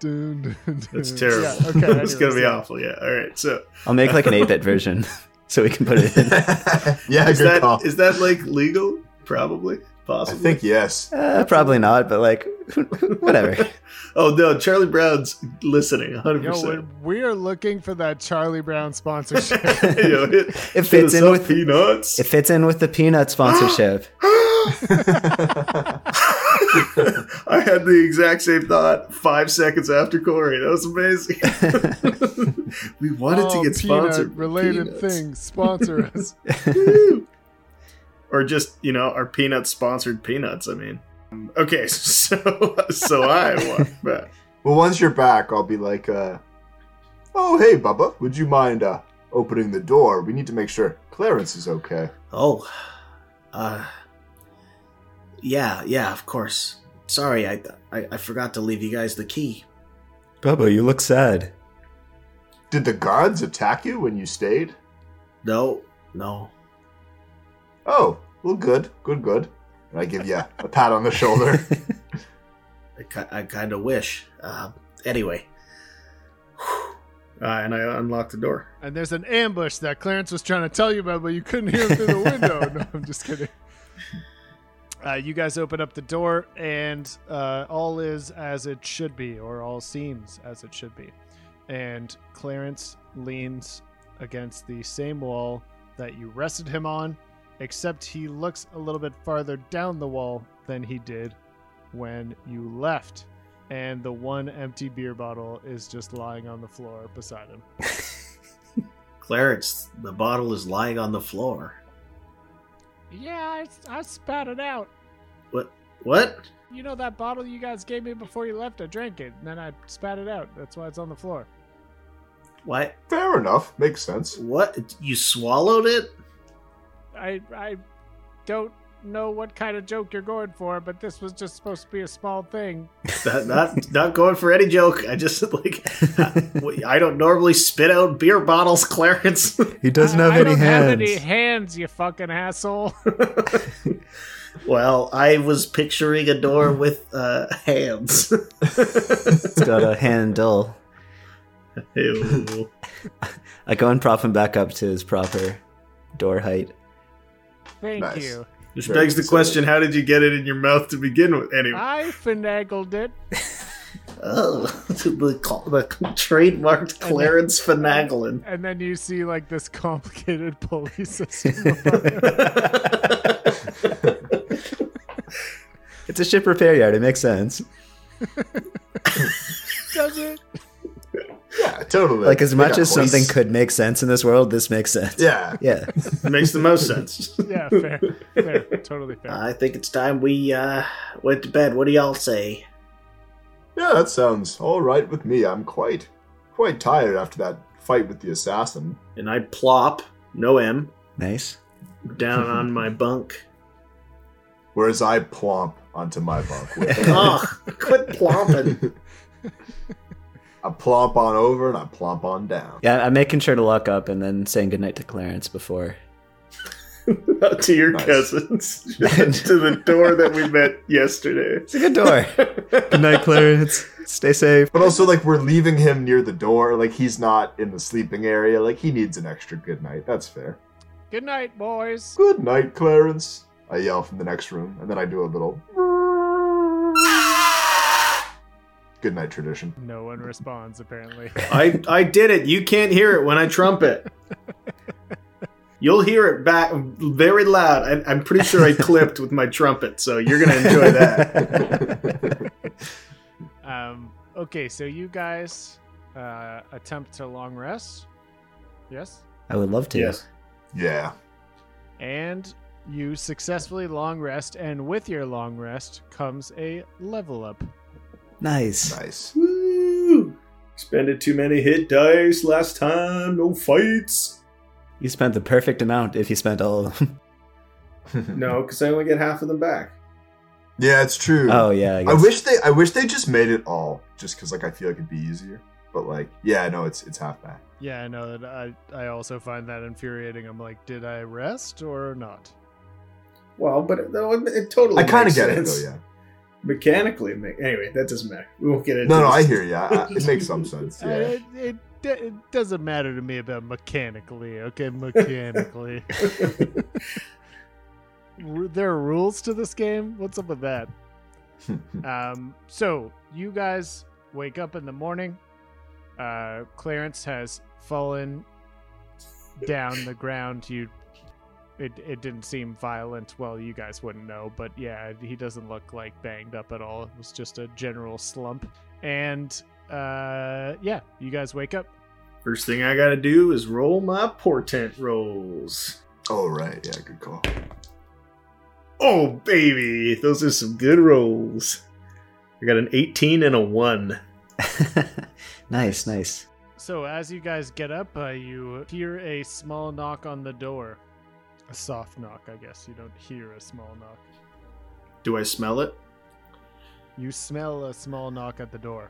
Speaker 1: dun.
Speaker 5: That's terrible.
Speaker 1: Yeah, okay, I
Speaker 5: it's
Speaker 1: do
Speaker 5: gonna
Speaker 1: understand.
Speaker 5: be awful. Yeah. All right. So
Speaker 4: I'll make like an eight-bit version so we can put it in.
Speaker 2: yeah,
Speaker 5: is
Speaker 2: good
Speaker 5: that
Speaker 2: call.
Speaker 5: is that like legal? Probably,
Speaker 2: I
Speaker 5: possibly.
Speaker 2: think yes.
Speaker 4: Uh, probably not, but like whatever.
Speaker 5: Oh no, Charlie Brown's listening 100.
Speaker 1: Yo,
Speaker 5: percent
Speaker 1: when we are looking for that Charlie Brown sponsorship.
Speaker 5: Yo, it,
Speaker 4: It fits in with
Speaker 5: peanuts.
Speaker 4: it fits in with the peanut sponsorship.
Speaker 5: I had the exact same thought five seconds after Corey. That was amazing. we wanted
Speaker 1: All
Speaker 5: to get sponsored. with
Speaker 1: Oh, Related
Speaker 5: peanuts.
Speaker 1: things sponsor us.
Speaker 5: Woo! or just you know our peanut sponsored peanuts. I mean, Um, okay, so so I walk back.
Speaker 2: Well, once you're back, I'll be like, uh, "Oh, hey, Bubba, would you mind uh, opening the door? We need to make sure Clarence is okay."
Speaker 3: Oh, uh, yeah, yeah, of course. Sorry, I, I I forgot to leave you guys the key.
Speaker 4: Bubba, you look sad.
Speaker 2: Did the guards attack you when you stayed?
Speaker 3: No, no.
Speaker 2: Oh, well, good, good, good. And I give you a pat on the shoulder.
Speaker 3: I, ki- I kind of wish. Uh, anyway,
Speaker 5: Uh, and I unlock the door.
Speaker 1: And there's an ambush that Clarence was trying to tell you about, but you couldn't hear him through the window. No, I'm just kidding. Uh, you guys open up the door, and uh, all is as it should be, or all seems as it should be. And Clarence leans against the same wall that you rested him on, except he looks a little bit farther down the wall than he did when you left. And the one empty beer bottle is just lying on the floor beside him.
Speaker 3: Clarence, the bottle is lying on the floor.
Speaker 1: Yeah, I, I spat it out.
Speaker 3: What?
Speaker 1: You know that bottle you guys gave me before you left? I drank it, and then I spat it out. That's why it's on the floor.
Speaker 3: What?
Speaker 2: Fair enough, makes sense.
Speaker 3: What? You swallowed it?
Speaker 1: I I don't know what kind of joke you're going for, but this was just supposed to be a small thing.
Speaker 3: Not not, not going for any joke. I just like I don't normally spit out beer bottles, Clarence.
Speaker 4: He
Speaker 1: I, I don't Have any hands, you fucking asshole.
Speaker 3: well, I was picturing a door with uh, hands.
Speaker 4: It's got a handle.
Speaker 5: Ew.
Speaker 4: I go and prop him back up to his proper door height.
Speaker 1: Thank
Speaker 2: Nice.
Speaker 1: you.
Speaker 5: Which
Speaker 2: Very
Speaker 5: begs the
Speaker 2: considerate.
Speaker 5: question: How did you get it in your mouth to begin with? Anyway,
Speaker 1: I finagled it.
Speaker 3: oh, the, cl- the trademarked Clarence Finaglin.
Speaker 1: And then you see like this complicated pulley system. behind it.
Speaker 4: It's a ship repair yard. It makes sense.
Speaker 1: Does it?
Speaker 2: Yeah, totally.
Speaker 4: Like as
Speaker 2: They
Speaker 4: much
Speaker 2: got
Speaker 4: as something
Speaker 2: voice.
Speaker 4: could make sense in this world, this makes sense.
Speaker 2: Yeah,
Speaker 4: Yeah.
Speaker 5: it makes the most sense.
Speaker 1: Yeah, fair. Fair. Totally fair.
Speaker 3: I think it's time we uh, went to bed. What do y'all say?
Speaker 2: yeah, that sounds all right with me. I'm quite, quite tired after that fight with the assassin.
Speaker 3: And I plop, no M,
Speaker 4: Nice.
Speaker 5: Down on my
Speaker 3: my bunk.
Speaker 2: Whereas I plomp onto my bunk. With
Speaker 3: Ugh, quit plopping.
Speaker 2: I plomp on over and I plomp on down.
Speaker 4: Yeah, I'm making sure to lock up and then saying goodnight to Clarence before.
Speaker 5: to your
Speaker 2: Nice.
Speaker 5: cousins to the door that we met yesterday.
Speaker 4: It's a good door. goodnight, Clarence. Stay safe.
Speaker 2: But also, like, we're leaving him near the door. Like, he's not in the sleeping area. Like, he needs an extra good night. That's fair.
Speaker 1: Good night, boys.
Speaker 2: Good night, Clarence. I yell from the next room, and then I do a little. Good night tradition.
Speaker 1: No one responds apparently.
Speaker 5: I I did it. You can't hear it when I trumpet. You'll hear it back very loud. I, I'm pretty sure I clipped with my trumpet, so you're gonna enjoy that.
Speaker 1: Um, okay, so you guys uh, attempt to long rest. Yes.
Speaker 4: I would love to.
Speaker 5: Yes.
Speaker 2: Yeah.
Speaker 1: And you successfully long rest, and with your long rest comes a level up.
Speaker 4: Nice.
Speaker 2: Nice.
Speaker 5: Woo! Expended too many hit dice last time. No fights.
Speaker 4: You spent the perfect amount if you spent all of them.
Speaker 5: No, because I only get half of them back.
Speaker 2: Yeah, it's true.
Speaker 4: Oh yeah. I,
Speaker 2: I
Speaker 4: guess.
Speaker 2: wish they I wish they just made it all just because like I feel like it'd be easier. But like yeah, no, it's it's half back.
Speaker 1: Yeah, I know that I, I also find that infuriating. I'm like, did I rest or not?
Speaker 5: Well, but it, no, it, it totally.
Speaker 2: I kind of
Speaker 5: makes
Speaker 2: get it
Speaker 5: sense.
Speaker 2: though. Yeah.
Speaker 5: Mechanically, it ma- anyway, that doesn't matter. We won't get into
Speaker 2: No, no,
Speaker 5: this.
Speaker 2: I hear you. I, I- it makes some sense.
Speaker 1: Uh,
Speaker 2: Yeah.
Speaker 1: it, it, d- it doesn't matter to me about mechanically, okay? Mechanically. Ru- there are rules to this game? What's up with that? Um, so, you guys wake up in the morning. Uh, Clarence has fallen down the ground. You. It, it didn't seem violent. Well, you guys wouldn't know, but yeah, he doesn't look like banged up at all. It was just a general slump. And uh yeah you guys wake up
Speaker 5: First thing I gotta do is roll my portent rolls.
Speaker 2: oh right. Yeah. Good call.
Speaker 5: Oh baby, those are some good rolls. I got an 18 and a one.
Speaker 4: nice, nice.
Speaker 1: so as you guys get up uh, you hear a small knock on the door a soft knock i guess you don't hear a small knock
Speaker 5: Do I smell it?
Speaker 1: you smell a small knock at the door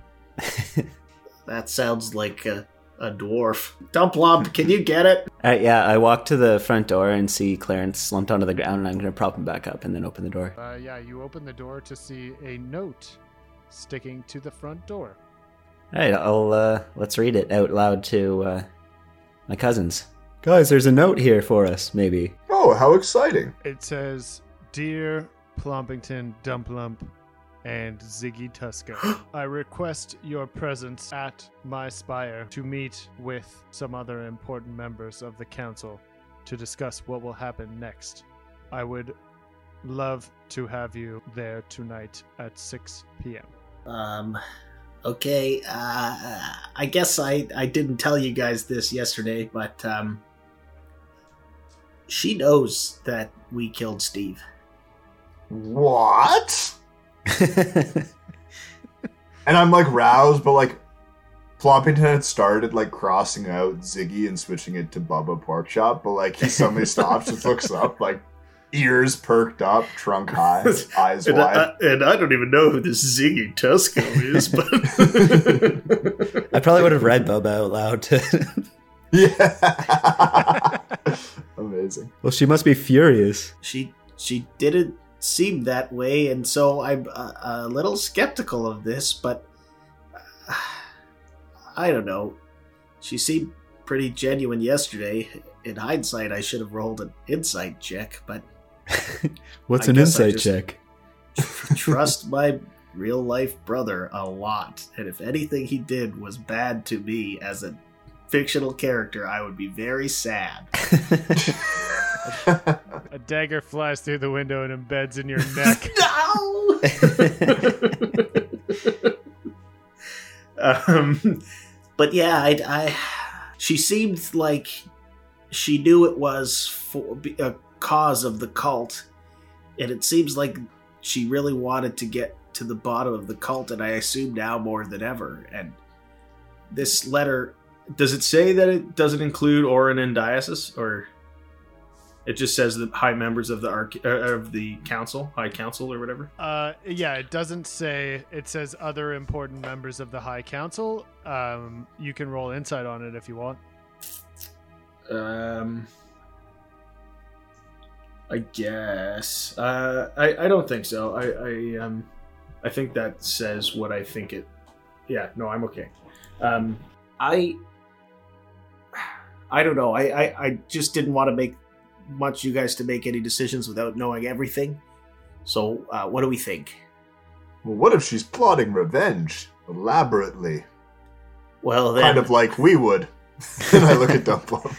Speaker 3: That sounds like a, a dwarf. Dump lump, can you get it?
Speaker 4: All right, Uh, yeah. I walk to the front door and see Clarence slumped onto the ground, and I'm gonna prop him back up and then open the door.
Speaker 1: uh yeah you open the door to see a note sticking to the front door
Speaker 4: All right, I'll uh, let's read it out loud to uh, my cousins. Guys, there's a note here for us. Maybe.
Speaker 2: Oh, how exciting!
Speaker 1: it says dear plompington dumplump and ziggy tusker i request your presence at my spire to meet with some other important members of the council to discuss what will happen next i would love to have you there tonight at 6 p.m
Speaker 3: Um, okay, uh, I guess I, I didn't tell you guys this yesterday, but um, she knows that we killed Steve.
Speaker 2: What? And I'm like roused, but like Ploppington had started like crossing out Ziggy and switching it to Bubba Pork Chop, but like he suddenly stops and looks up, like ears perked up, trunk high, eyes
Speaker 5: And
Speaker 2: wide.
Speaker 5: I, and I don't even know who this Ziggy Tusco is, but
Speaker 4: I probably would have read Bubba out loud. to-
Speaker 2: Yeah. Amazing.
Speaker 4: well, she must be furious.
Speaker 3: She she didn't seem that way, and so I'm a, a little skeptical of this. But uh, I don't know. She seemed pretty genuine yesterday. In hindsight, I should have rolled an insight check, but
Speaker 4: What's
Speaker 3: I
Speaker 4: an
Speaker 3: guess I
Speaker 4: insight
Speaker 3: just-
Speaker 4: check?
Speaker 3: trust my real life brother a lot. And if anything he did was bad to me as a fictional character, I would be very sad.
Speaker 1: a dagger flies through the window and embeds in your neck
Speaker 3: No!
Speaker 5: um,
Speaker 3: but yeah, I, I she seemed like she knew it was for a cause of the cult, and it seems like she really wanted to get to the bottom of the cult, and I assume now more than ever. And this letter,
Speaker 5: does it say that it doesn't include Orin and Diocese, or it just says the high members of the arch- uh, of the council, high council, or whatever?
Speaker 1: Uh, yeah, it doesn't say. It says other important members of the High Council. Um, you can roll insight on it if you want.
Speaker 5: Um, I guess. Uh, I I don't think so. I I um, I think that says what I think it. Yeah. No, I'm okay. Um,
Speaker 3: I, I don't know. I, I, I just didn't want to make much you guys to make any decisions without knowing everything. So, uh, what do we think?
Speaker 2: Well, what if she's plotting revenge elaborately,
Speaker 3: Well, then,
Speaker 2: kind of like we would? and I look at Dumplum.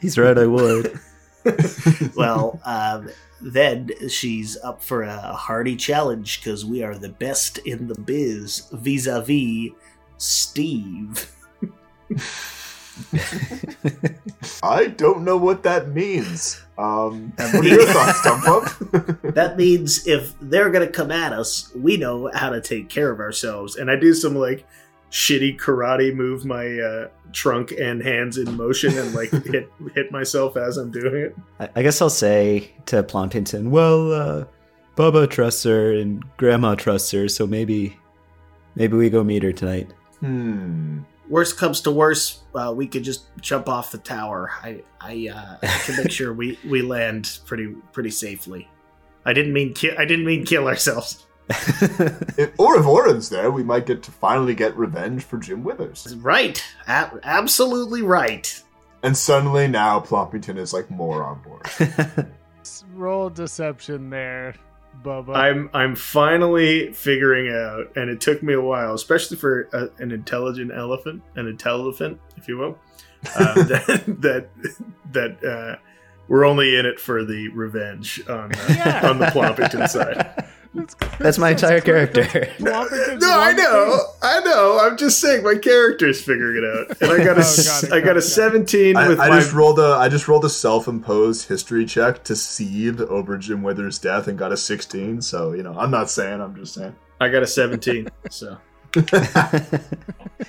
Speaker 4: He's right. I would.
Speaker 3: well, um, then she's up for a hearty challenge because we are the best in the biz vis a vis Steve.
Speaker 2: I don't know what that means. Um,
Speaker 3: That
Speaker 2: what are your
Speaker 3: means,
Speaker 2: thoughts, Dump Pump?
Speaker 3: that means if they're gonna come at us, we know how to take care of ourselves.
Speaker 5: and I do some like shitty karate move my uh, trunk and hands in motion and like hit hit myself as I'm doing it.
Speaker 4: I, I guess I'll say to Plantington, well, uh, Bubba trusts her and Grandma trusts her, so maybe, maybe we go meet her tonight.
Speaker 2: hmm.
Speaker 3: Worst comes to worst, uh, we could just jump off the tower. I I, uh, I can make sure we, we land pretty pretty safely.
Speaker 5: I didn't mean ki- I didn't mean kill ourselves.
Speaker 2: If, or if Oren's there, we might get to finally get revenge for Jim Withers.
Speaker 3: Right, A- absolutely right.
Speaker 2: And suddenly now Plompington is like more on board.
Speaker 1: S- Roll deception there, Bubba.
Speaker 5: I'm I'm finally figuring out, and it took me a while, especially for a, an intelligent elephant, an intelliphant, if you will, um, that that that uh, we're only in it for the revenge on uh,
Speaker 1: Yeah.
Speaker 5: on the Plompington side.
Speaker 1: That's,
Speaker 4: That's my entire character.
Speaker 1: Plompington's
Speaker 5: No, I
Speaker 1: one thing.
Speaker 5: know, I know. I'm just saying my character's figuring it out, and I got a
Speaker 1: Oh,
Speaker 5: s-
Speaker 1: got it, got
Speaker 5: I
Speaker 1: it,
Speaker 5: got
Speaker 1: got
Speaker 5: a
Speaker 1: it.
Speaker 5: 17
Speaker 2: I,
Speaker 5: with
Speaker 2: I
Speaker 5: my
Speaker 2: just rolled a I just rolled a self-imposed history check to seethe over Jim Withers' death and got a 16. So you know, I'm not saying. I'm just saying.
Speaker 5: I got a 17. So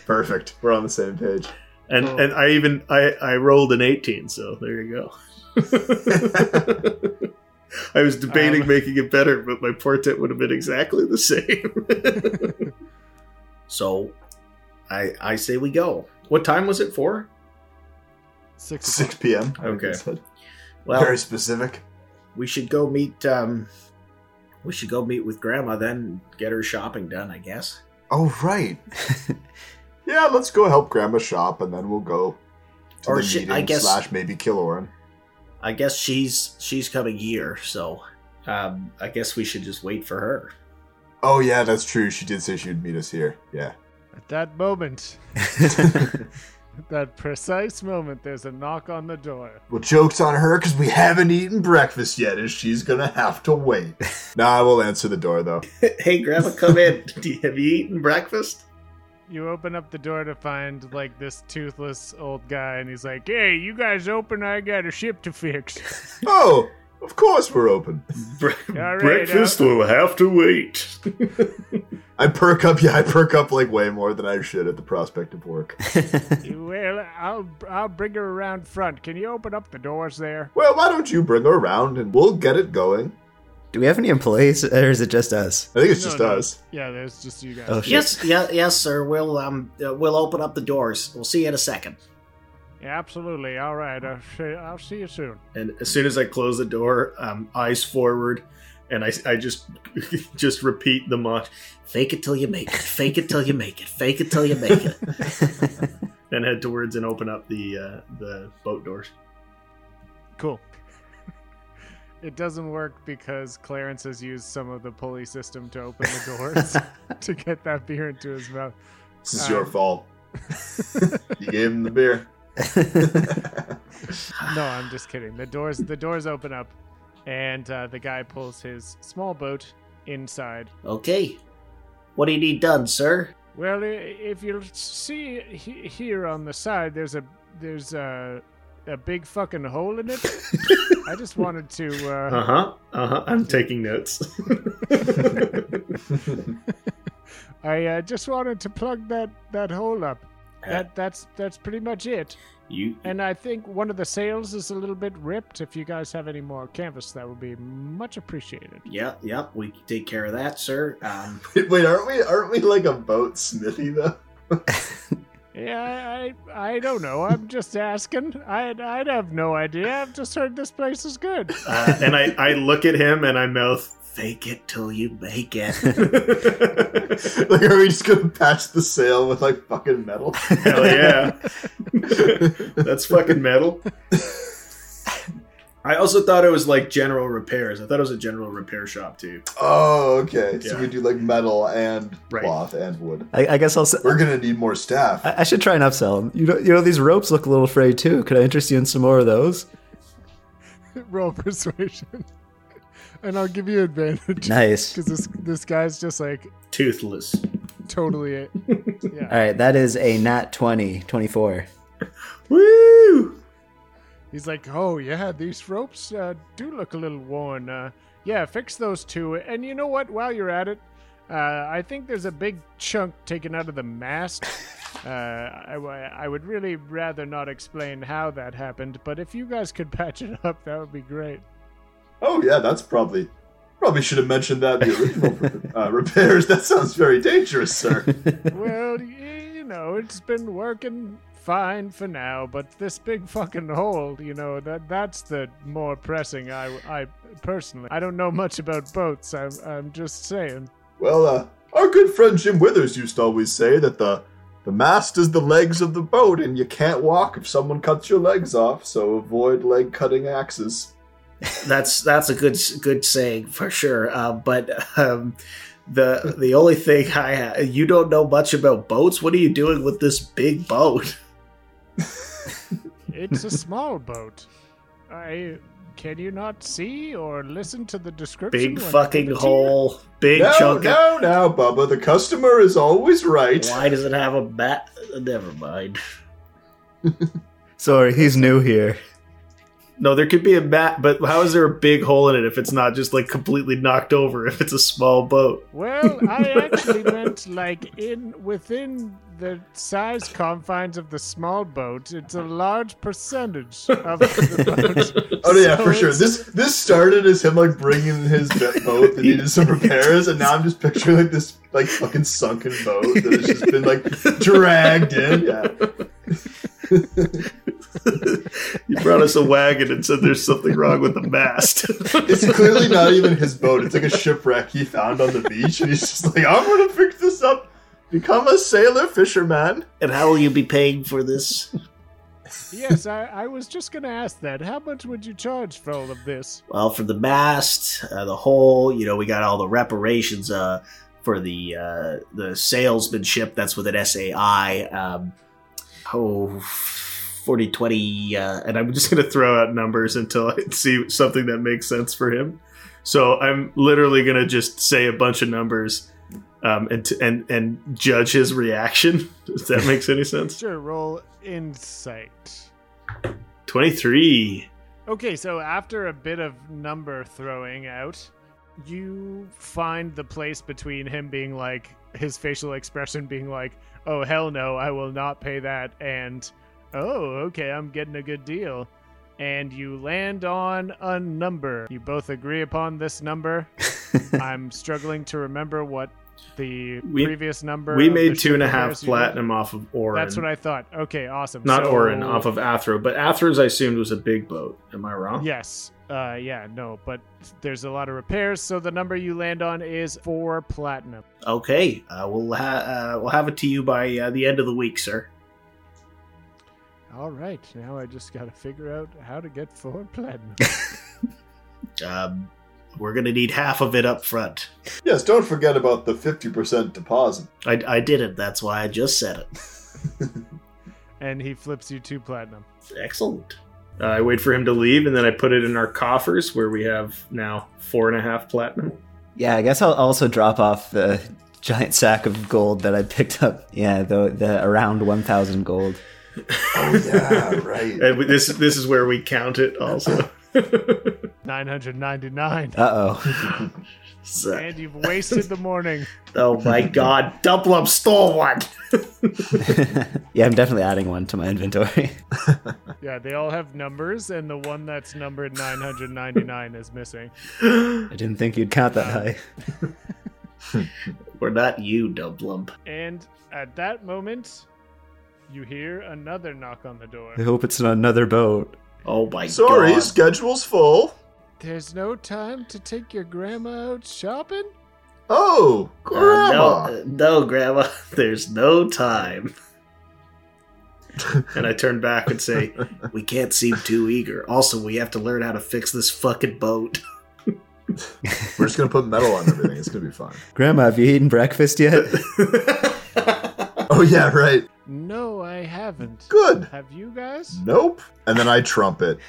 Speaker 2: Perfect. We're on the same page.
Speaker 5: and
Speaker 1: Oh.
Speaker 5: and I even I I rolled an 18. So there you go. I was debating
Speaker 1: Um.
Speaker 5: making it better, but my portent would have been exactly the same.
Speaker 3: So, I I say we go.
Speaker 5: what time was it for?
Speaker 1: Six.
Speaker 2: 6 p.m. I think
Speaker 5: Okay.
Speaker 2: it said.
Speaker 3: Well,
Speaker 2: Very specific.
Speaker 3: we should go meet. Um, we should go meet with Grandma then, get her shopping done. I guess.
Speaker 2: Oh right. yeah, let's go help Grandma shop, and then we'll go to
Speaker 3: Or
Speaker 2: the
Speaker 3: she- I
Speaker 2: meeting
Speaker 3: guess-
Speaker 2: slash maybe kill Oren.
Speaker 3: I guess she's she's coming here, so um, I guess we should just wait for her.
Speaker 2: Oh yeah, that's true. She did say she would meet us here. Yeah.
Speaker 1: At that moment, at that precise moment, there's a knock on the door.
Speaker 2: Well, joke's on her because we haven't eaten breakfast yet, and she's gonna have to wait. nah, I will answer the door though.
Speaker 5: hey, Grandma, come in. Do you, have you eaten breakfast?
Speaker 1: You open up the door to find like this toothless old guy, and he's like, "Hey, you guys open? I got a ship to fix."
Speaker 2: Oh, of course we're open.
Speaker 5: Bre-
Speaker 1: right, uh,
Speaker 5: breakfast will have to wait.
Speaker 2: I perk up. Yeah, I perk up like way more than I should at the prospect of work.
Speaker 1: well, I'll I'll bring her around front. Can you open up the doors there?
Speaker 2: Well, why don't you bring her around and we'll get it going?
Speaker 4: Do we have any employees, or is it just us?
Speaker 2: I think it's
Speaker 1: No,
Speaker 2: just
Speaker 1: no.
Speaker 2: us.
Speaker 1: Yeah, there's just you guys.
Speaker 4: Oh, shit.
Speaker 3: Yes, yeah, yes, sir. We'll um, uh, we'll open up the doors. We'll see you in a second.
Speaker 1: Yeah, absolutely. All right. I'll see, I'll see you soon.
Speaker 5: And as soon as I close the door, um, eyes forward, and I, I just just repeat the mot
Speaker 3: Fake it till you make it. Fake it till you make it. Fake it till you make it.
Speaker 5: and head towards and open up the uh, the boat doors.
Speaker 1: Cool. It doesn't work because Clarence has used some of the pulley system to open the doors to get that beer into his mouth.
Speaker 2: This is
Speaker 1: Um,
Speaker 2: your fault. you gave him the beer.
Speaker 1: No, I'm just kidding. The doors the doors open up, and uh, the guy pulls his small boat inside.
Speaker 3: Okay. What do you need done, sir?
Speaker 1: Well, i- if you'll see he- here on the side, there's a there's a a big fucking hole in it. I just wanted to. Uh,
Speaker 5: Uh
Speaker 3: Uh-huh.
Speaker 5: huh. Uh huh. I'm taking notes.
Speaker 3: Uh,
Speaker 1: I uh, just wanted to plug that that hole up. That that's that's pretty much it.
Speaker 3: You
Speaker 1: And I think one of the sails is a little bit ripped. If you guys have any more canvas, that would be much appreciated.
Speaker 3: Yep, yep. We can take care of that, sir. Um,
Speaker 2: Wait, wait, aren't we? Aren't we like a boat smithy though?
Speaker 1: Yeah, I I, I don't know. I'm just asking. I I have no idea. I've just heard this place is good.
Speaker 5: uh, and I, I look at him and I mouth.
Speaker 3: fake it till you make it.
Speaker 5: Hell
Speaker 2: like, are we just gonna patch the sail with like fucking metal?
Speaker 5: yeah. That's fucking metal. I also thought it was like general repairs. I thought it was a general repair shop too.
Speaker 2: Oh, okay. So
Speaker 5: Yeah.
Speaker 2: we do like metal and
Speaker 5: Right.
Speaker 2: cloth and wood.
Speaker 4: I, I guess I'll. s-
Speaker 2: We're gonna need more staff.
Speaker 4: I I should try and upsell them. You know, you know, these ropes look a little frayed too. Could I interest you in some more of those?
Speaker 1: Roll persuasion, and I'll give you advantage
Speaker 4: Nice.
Speaker 1: because this this guy's just like
Speaker 5: Toothless.
Speaker 1: totally it. Yeah.
Speaker 4: All right, that is a nat 20, 24.
Speaker 5: Woo!
Speaker 1: He's like, oh yeah, these ropes uh, do look a little worn. Uh, yeah, fix those two. And you know what? While you're at it, uh, I think there's a big chunk taken out of the mast. Uh, I, w- I would really rather not explain how that happened, but if you guys could patch it up, that would be great.
Speaker 2: Oh yeah, that's probably probably should have mentioned that in the original uh, repairs. That sounds very dangerous, sir.
Speaker 1: well, y- you know, it's been working fine for now, but this big fucking hole, you know, that that's the more pressing. I, I personally, I don't know much about boats. I'm, I'm just saying.
Speaker 2: Well, uh, our good friend Jim Withers used to always say that the the mast is the legs of the boat, and you can't walk if someone cuts your legs off. So avoid leg cutting axes.
Speaker 3: That's that's a good good saying for sure. Uh, but um, the the only thing I ha- you don't know much about boats. What are you doing with this big boat?
Speaker 1: It's a small boat. I can you not see or listen to the description?
Speaker 3: Big
Speaker 1: when I
Speaker 3: fucking
Speaker 1: give it to you?
Speaker 3: hole. Big
Speaker 2: no,
Speaker 3: chunk. of-
Speaker 2: no, no, Bubba. The customer is always right.
Speaker 3: Why does it have a bat? Never mind.
Speaker 4: Sorry, he's new here.
Speaker 5: No, there could be a mat, but how is there a big hole in it if it's not just like completely knocked over? If it's a small boat,
Speaker 1: Well, I actually meant like in within the size confines of the small boat. It's a large percentage of the boat.
Speaker 2: Oh yeah,
Speaker 1: So
Speaker 2: for sure.
Speaker 1: it's-
Speaker 2: This this started as him like bringing his b- boat that needed some repairs, and now I'm just picturing like this like fucking sunken boat that has just been like dragged in. Yeah,
Speaker 5: you brought us a wagon and said there's something wrong with the mast.
Speaker 2: it's clearly not even his boat. It's like a shipwreck he found on the beach, and he's just like, I'm gonna fix this up. Become a sailor fisherman.
Speaker 3: And how will you be paying for this?
Speaker 1: yes, I, I was just going to ask that. How much would you charge for all of this?
Speaker 3: Well, for the mast, uh, the whole, you know, we got all the reparations uh, for the uh, the salesmanship. That's with an SAI. Um, oh, 40, 20. Uh,
Speaker 5: and I'm just gonna throw out numbers until I see something that makes sense for him. So I'm literally gonna just say a bunch of numbers, um, and t- and and judge his reaction. If that makes any sense.
Speaker 1: Sure, roll insight.
Speaker 5: Twenty three.
Speaker 1: Okay, so after a bit of number throwing out, you find the place between him being like his facial expression being like, "Oh hell no, I will not pay that," and "Oh, okay, I'm getting a good deal." And you land on a number. You both agree upon this number. I'm struggling to remember what the
Speaker 5: We-
Speaker 1: previous number.
Speaker 5: We
Speaker 1: of the
Speaker 5: made two and a
Speaker 1: ship
Speaker 5: half
Speaker 1: repairs you did-
Speaker 5: platinum off of Orin.
Speaker 1: That's what I thought. Okay, awesome.
Speaker 5: Not
Speaker 1: so,
Speaker 5: Orin, off of Athro, but Athro's I assumed was a big boat. Am I wrong?
Speaker 1: Yes. Uh, yeah, no, but there's a lot of repairs, so the number you land on is four platinum.
Speaker 3: okay, uh, we'll, ha- uh, we'll have it to you by uh, the end of the week, sir.
Speaker 1: All right, now I just gotta figure out how to get four platinum.
Speaker 3: Um, we're going to need half of it up front.
Speaker 2: Yes, don't forget about the fifty percent deposit.
Speaker 3: I, I didn't. That's why I just said it.
Speaker 1: and he flips you two platinum.
Speaker 3: Excellent.
Speaker 5: Uh, I wait for him to leave, and then I put it in our coffers where we have now four and a half platinum.
Speaker 4: Yeah, I guess I'll also drop off the giant sack of gold that I picked up. Yeah, the, the around 1,000 gold.
Speaker 2: Oh yeah, right.
Speaker 5: And we- this this is where we count it also.
Speaker 1: 999.
Speaker 4: Uh oh.
Speaker 3: So-
Speaker 1: and you've wasted the morning.
Speaker 3: oh my god, Duplum stole one!
Speaker 4: yeah, I'm definitely adding one to my inventory.
Speaker 1: Yeah, they all have numbers, and the one that's numbered 999 is missing.
Speaker 4: I didn't think you'd count that high.
Speaker 3: We're not you, Duplum.
Speaker 1: And at that moment, you hear another knock on the door.
Speaker 4: I hope it's not another boat.
Speaker 3: Oh my
Speaker 2: Sorry,
Speaker 3: god.
Speaker 2: schedule's full.
Speaker 1: There's no time to take your grandma out shopping?
Speaker 2: Oh,
Speaker 3: Uh,
Speaker 2: grandma.
Speaker 3: no, uh, no, Grandma. There's no time.
Speaker 5: and I turn back and say,
Speaker 3: We can't seem too eager. Also, we have to learn how to fix this fucking boat.
Speaker 2: We're just gonna put metal on everything. It's gonna be fine.
Speaker 4: Grandma, have you eaten breakfast yet?
Speaker 2: Oh yeah, right.
Speaker 1: No, I haven't.
Speaker 2: Good.
Speaker 1: Have you guys?
Speaker 2: Nope. And then I trumpet.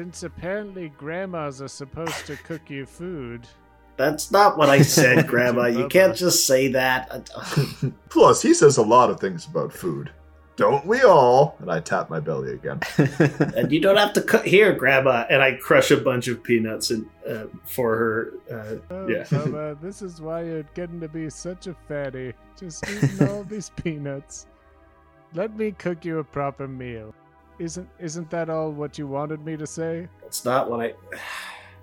Speaker 1: Since apparently grandmas are supposed to cook you food,
Speaker 3: That's not what I said, Grandma. You can't just say that.
Speaker 2: Plus, he says a lot of things about food. Don't we all? And I tap my belly again.
Speaker 3: And you don't have to cook here, Grandma.
Speaker 5: and I crush a bunch of peanuts and uh, for her. Uh,
Speaker 1: Oh,
Speaker 5: Yeah.
Speaker 1: Bubba, this is why you're getting to be such a fatty. Just eating all these peanuts. Let me cook you a proper meal. Isn't isn't that all what you wanted me to say?
Speaker 3: That's not what I.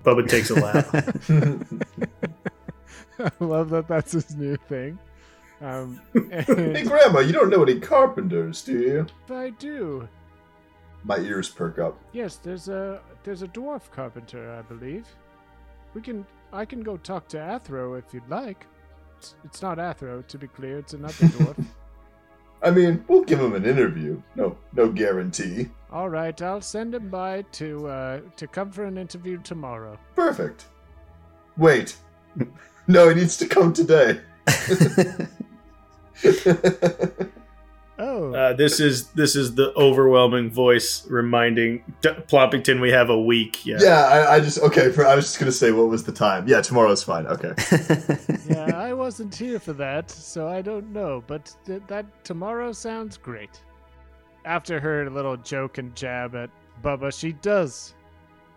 Speaker 5: Bubba takes a lap.
Speaker 2: hey,
Speaker 1: I love that that's his new thing. Um, and
Speaker 2: Grandma, you don't know any carpenters, do you?
Speaker 1: if I do.
Speaker 2: My ears perk up.
Speaker 1: Yes, there's a there's a dwarf carpenter, I believe. We can I can go talk to Athro if you'd like. It's, it's not Athro, to be clear. It's another dwarf.
Speaker 2: I mean, we'll give him an interview. No, no guarantee.
Speaker 1: All right, I'll send him by to uh, to come for an interview tomorrow.
Speaker 2: Perfect. Wait. No, he needs to come today.
Speaker 1: Oh,
Speaker 5: Uh, this is this is the overwhelming voice reminding D- Plompington we have a week. Yeah.
Speaker 2: Yeah, I, I just okay. For, I was just gonna say, what was the time? Yeah, tomorrow's fine. Okay.
Speaker 1: yeah, I wasn't here for that, so I don't know. But th- that tomorrow sounds great. After her little joke and jab at Bubba, she does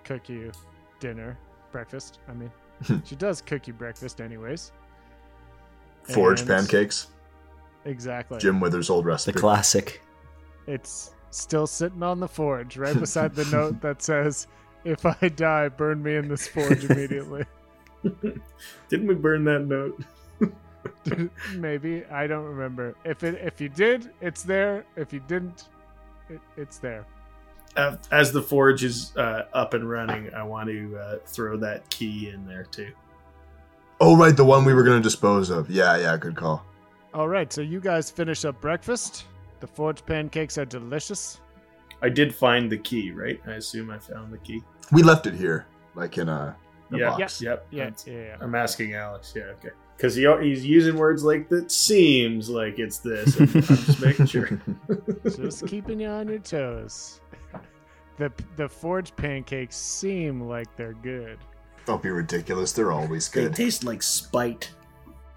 Speaker 1: cook you dinner, breakfast. I mean, she does cook you breakfast, anyways.
Speaker 2: Forge
Speaker 1: And-
Speaker 2: pancakes.
Speaker 1: Exactly.
Speaker 2: Jim Withers' old
Speaker 4: the
Speaker 2: recipe.
Speaker 4: classic.
Speaker 1: It's still sitting on the forge, right beside the note that says, "If I die, burn me in this forge immediately."
Speaker 5: Didn't we burn that note?
Speaker 1: Maybe I don't remember. If it if you did, it's there. If you didn't, it, it's there.
Speaker 5: Uh, as the forge is uh, up and running, I want to uh, throw that key in there too.
Speaker 2: oh right, the one we were gonna dispose of. Yeah, yeah, good call.
Speaker 1: All right, so you guys finish up breakfast. The forge pancakes are delicious.
Speaker 5: I did find the key, right? I assume I found the key.
Speaker 2: We left it here, like in a, a
Speaker 5: Yeah.
Speaker 2: box.
Speaker 5: Yep.
Speaker 1: Yeah,
Speaker 5: That's-
Speaker 1: yeah, yeah.
Speaker 5: I'm asking Alex. Yeah. Okay. Because he, he's using words like that seems like it's this. and I'm just making sure.
Speaker 1: Just keeping you on your toes. The the forge pancakes seem like they're good.
Speaker 2: Don't be ridiculous. They're always
Speaker 3: They
Speaker 2: good.
Speaker 3: taste like spite.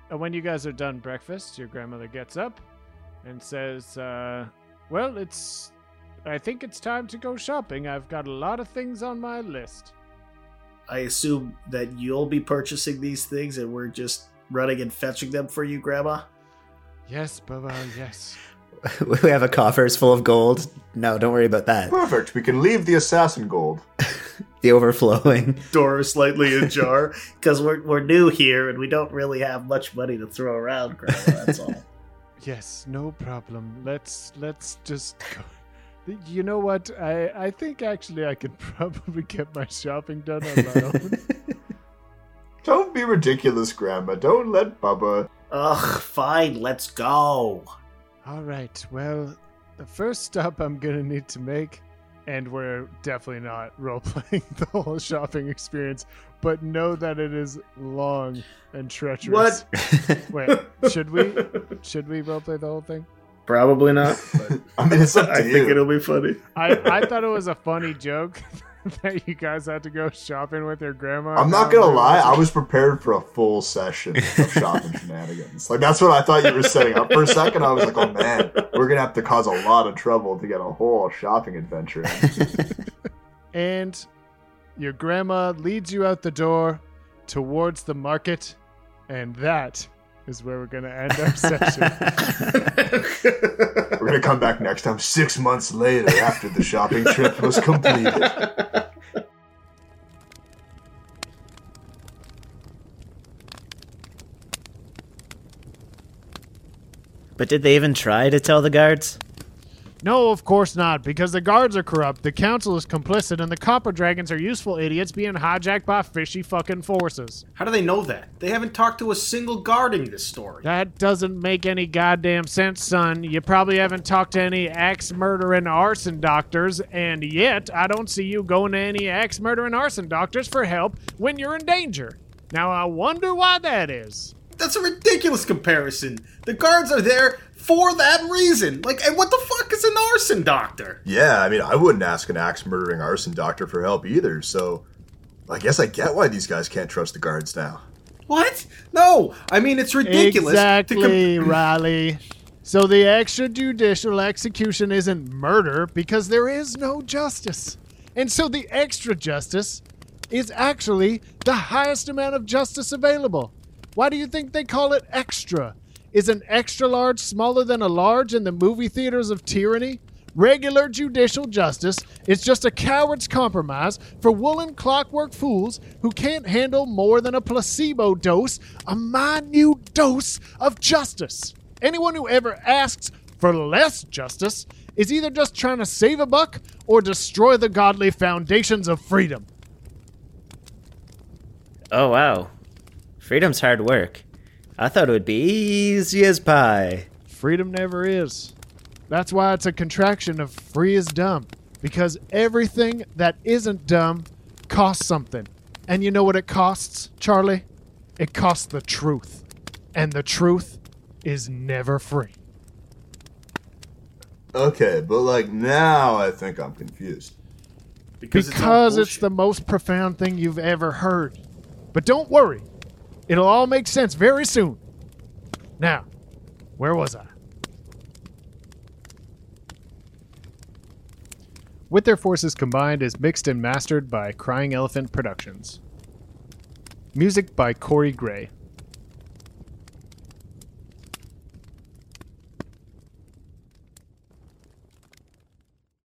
Speaker 1: And when you guys are done breakfast, your grandmother gets up and says, uh, Well, it's. I think it's time to go shopping. I've got a lot of things on my list.
Speaker 3: I assume that you'll be purchasing these things and we're just running and fetching them for you, Grandma.
Speaker 1: Yes, Bubba, yes.
Speaker 4: we have a coffers full of gold. No, don't worry about that.
Speaker 2: Perfect. We can leave the assassin gold.
Speaker 4: The overflowing.
Speaker 5: Door is slightly ajar.
Speaker 3: Because we're, we're new here and we don't really have much money to throw around, Grandma. That's all.
Speaker 1: Yes, no problem. Let's let's just go. You know what? I I think actually I could probably get my shopping done on my own.
Speaker 2: Don't be ridiculous, Grandma. Don't let Bubba.
Speaker 3: Ugh, fine, let's go.
Speaker 1: All right. Well, the first stop I'm going to need to make, and we're definitely not role playing the whole shopping experience, but know that it is long and treacherous. What? Wait, should we should we role play the whole thing?
Speaker 5: Probably not.
Speaker 2: I mean, it's up to
Speaker 5: I
Speaker 2: you.
Speaker 5: think it'll be funny.
Speaker 1: I I thought it was a funny joke that you guys had to go shopping with your grandma.
Speaker 2: I'm not gonna lie. I was prepared for a full session of shopping shenanigans. Like that's what I thought you were setting up for a second. I was like, oh man, we're gonna have to cause a lot of trouble to get a whole shopping adventure. in.
Speaker 1: and your grandma leads you out the door towards the market, and that is where we're going to end our session.
Speaker 2: We're gonna come back next time, six months later, after the shopping trip was completed.
Speaker 4: but did they even try to tell the guards?
Speaker 1: No, of course not, because the guards are corrupt, the council is complicit, and the copper dragons are useful idiots being hijacked by fishy fucking forces.
Speaker 5: How do they know that? They haven't talked to a single guard in this story.
Speaker 1: That doesn't make any goddamn sense, son. You probably haven't talked to any axe murdering arson doctors, and yet I don't see you going to any axe murdering arson doctors for help when you're in danger. Now I wonder why that is.
Speaker 5: That's a ridiculous comparison. The guards are there for that reason. Like, and what the fuck is an arson doctor?
Speaker 2: Yeah, I mean, I wouldn't ask an axe murdering arson doctor for help either. So, I guess I get why these guys can't trust the guards now.
Speaker 6: What? No, I mean it's ridiculous. to
Speaker 1: Exactly,
Speaker 6: com-
Speaker 1: Riley. So the extrajudicial execution isn't murder because there is no justice. And so the extra justice is actually the highest amount of justice available. Why do you think they call it extra? Is an extra large smaller than a large in the movie theaters of tyranny? Regular judicial justice is just a coward's compromise for woolen clockwork fools who can't handle more than a placebo dose, a minute dose of justice. Anyone who ever asks for less justice is either just trying to save a buck or destroy the godly foundations of freedom.
Speaker 4: Oh, wow. Freedom's hard work. I thought it would be easy as pie.
Speaker 1: Freedom never is. That's why it's a contraction of free is dumb, because everything that isn't dumb costs something. And you know what it costs, Charlie? It costs the truth. And the truth is never free.
Speaker 2: Okay, but like now I think I'm confused.
Speaker 5: Because,
Speaker 1: Because,
Speaker 5: it's all
Speaker 1: it's,
Speaker 5: bullshit.
Speaker 1: the most profound thing you've ever heard. But don't worry, it'll all make sense very soon. Now, where was I? With Their Forces Combined is mixed and mastered by Crying Elephant Productions. Music by Corey Gray.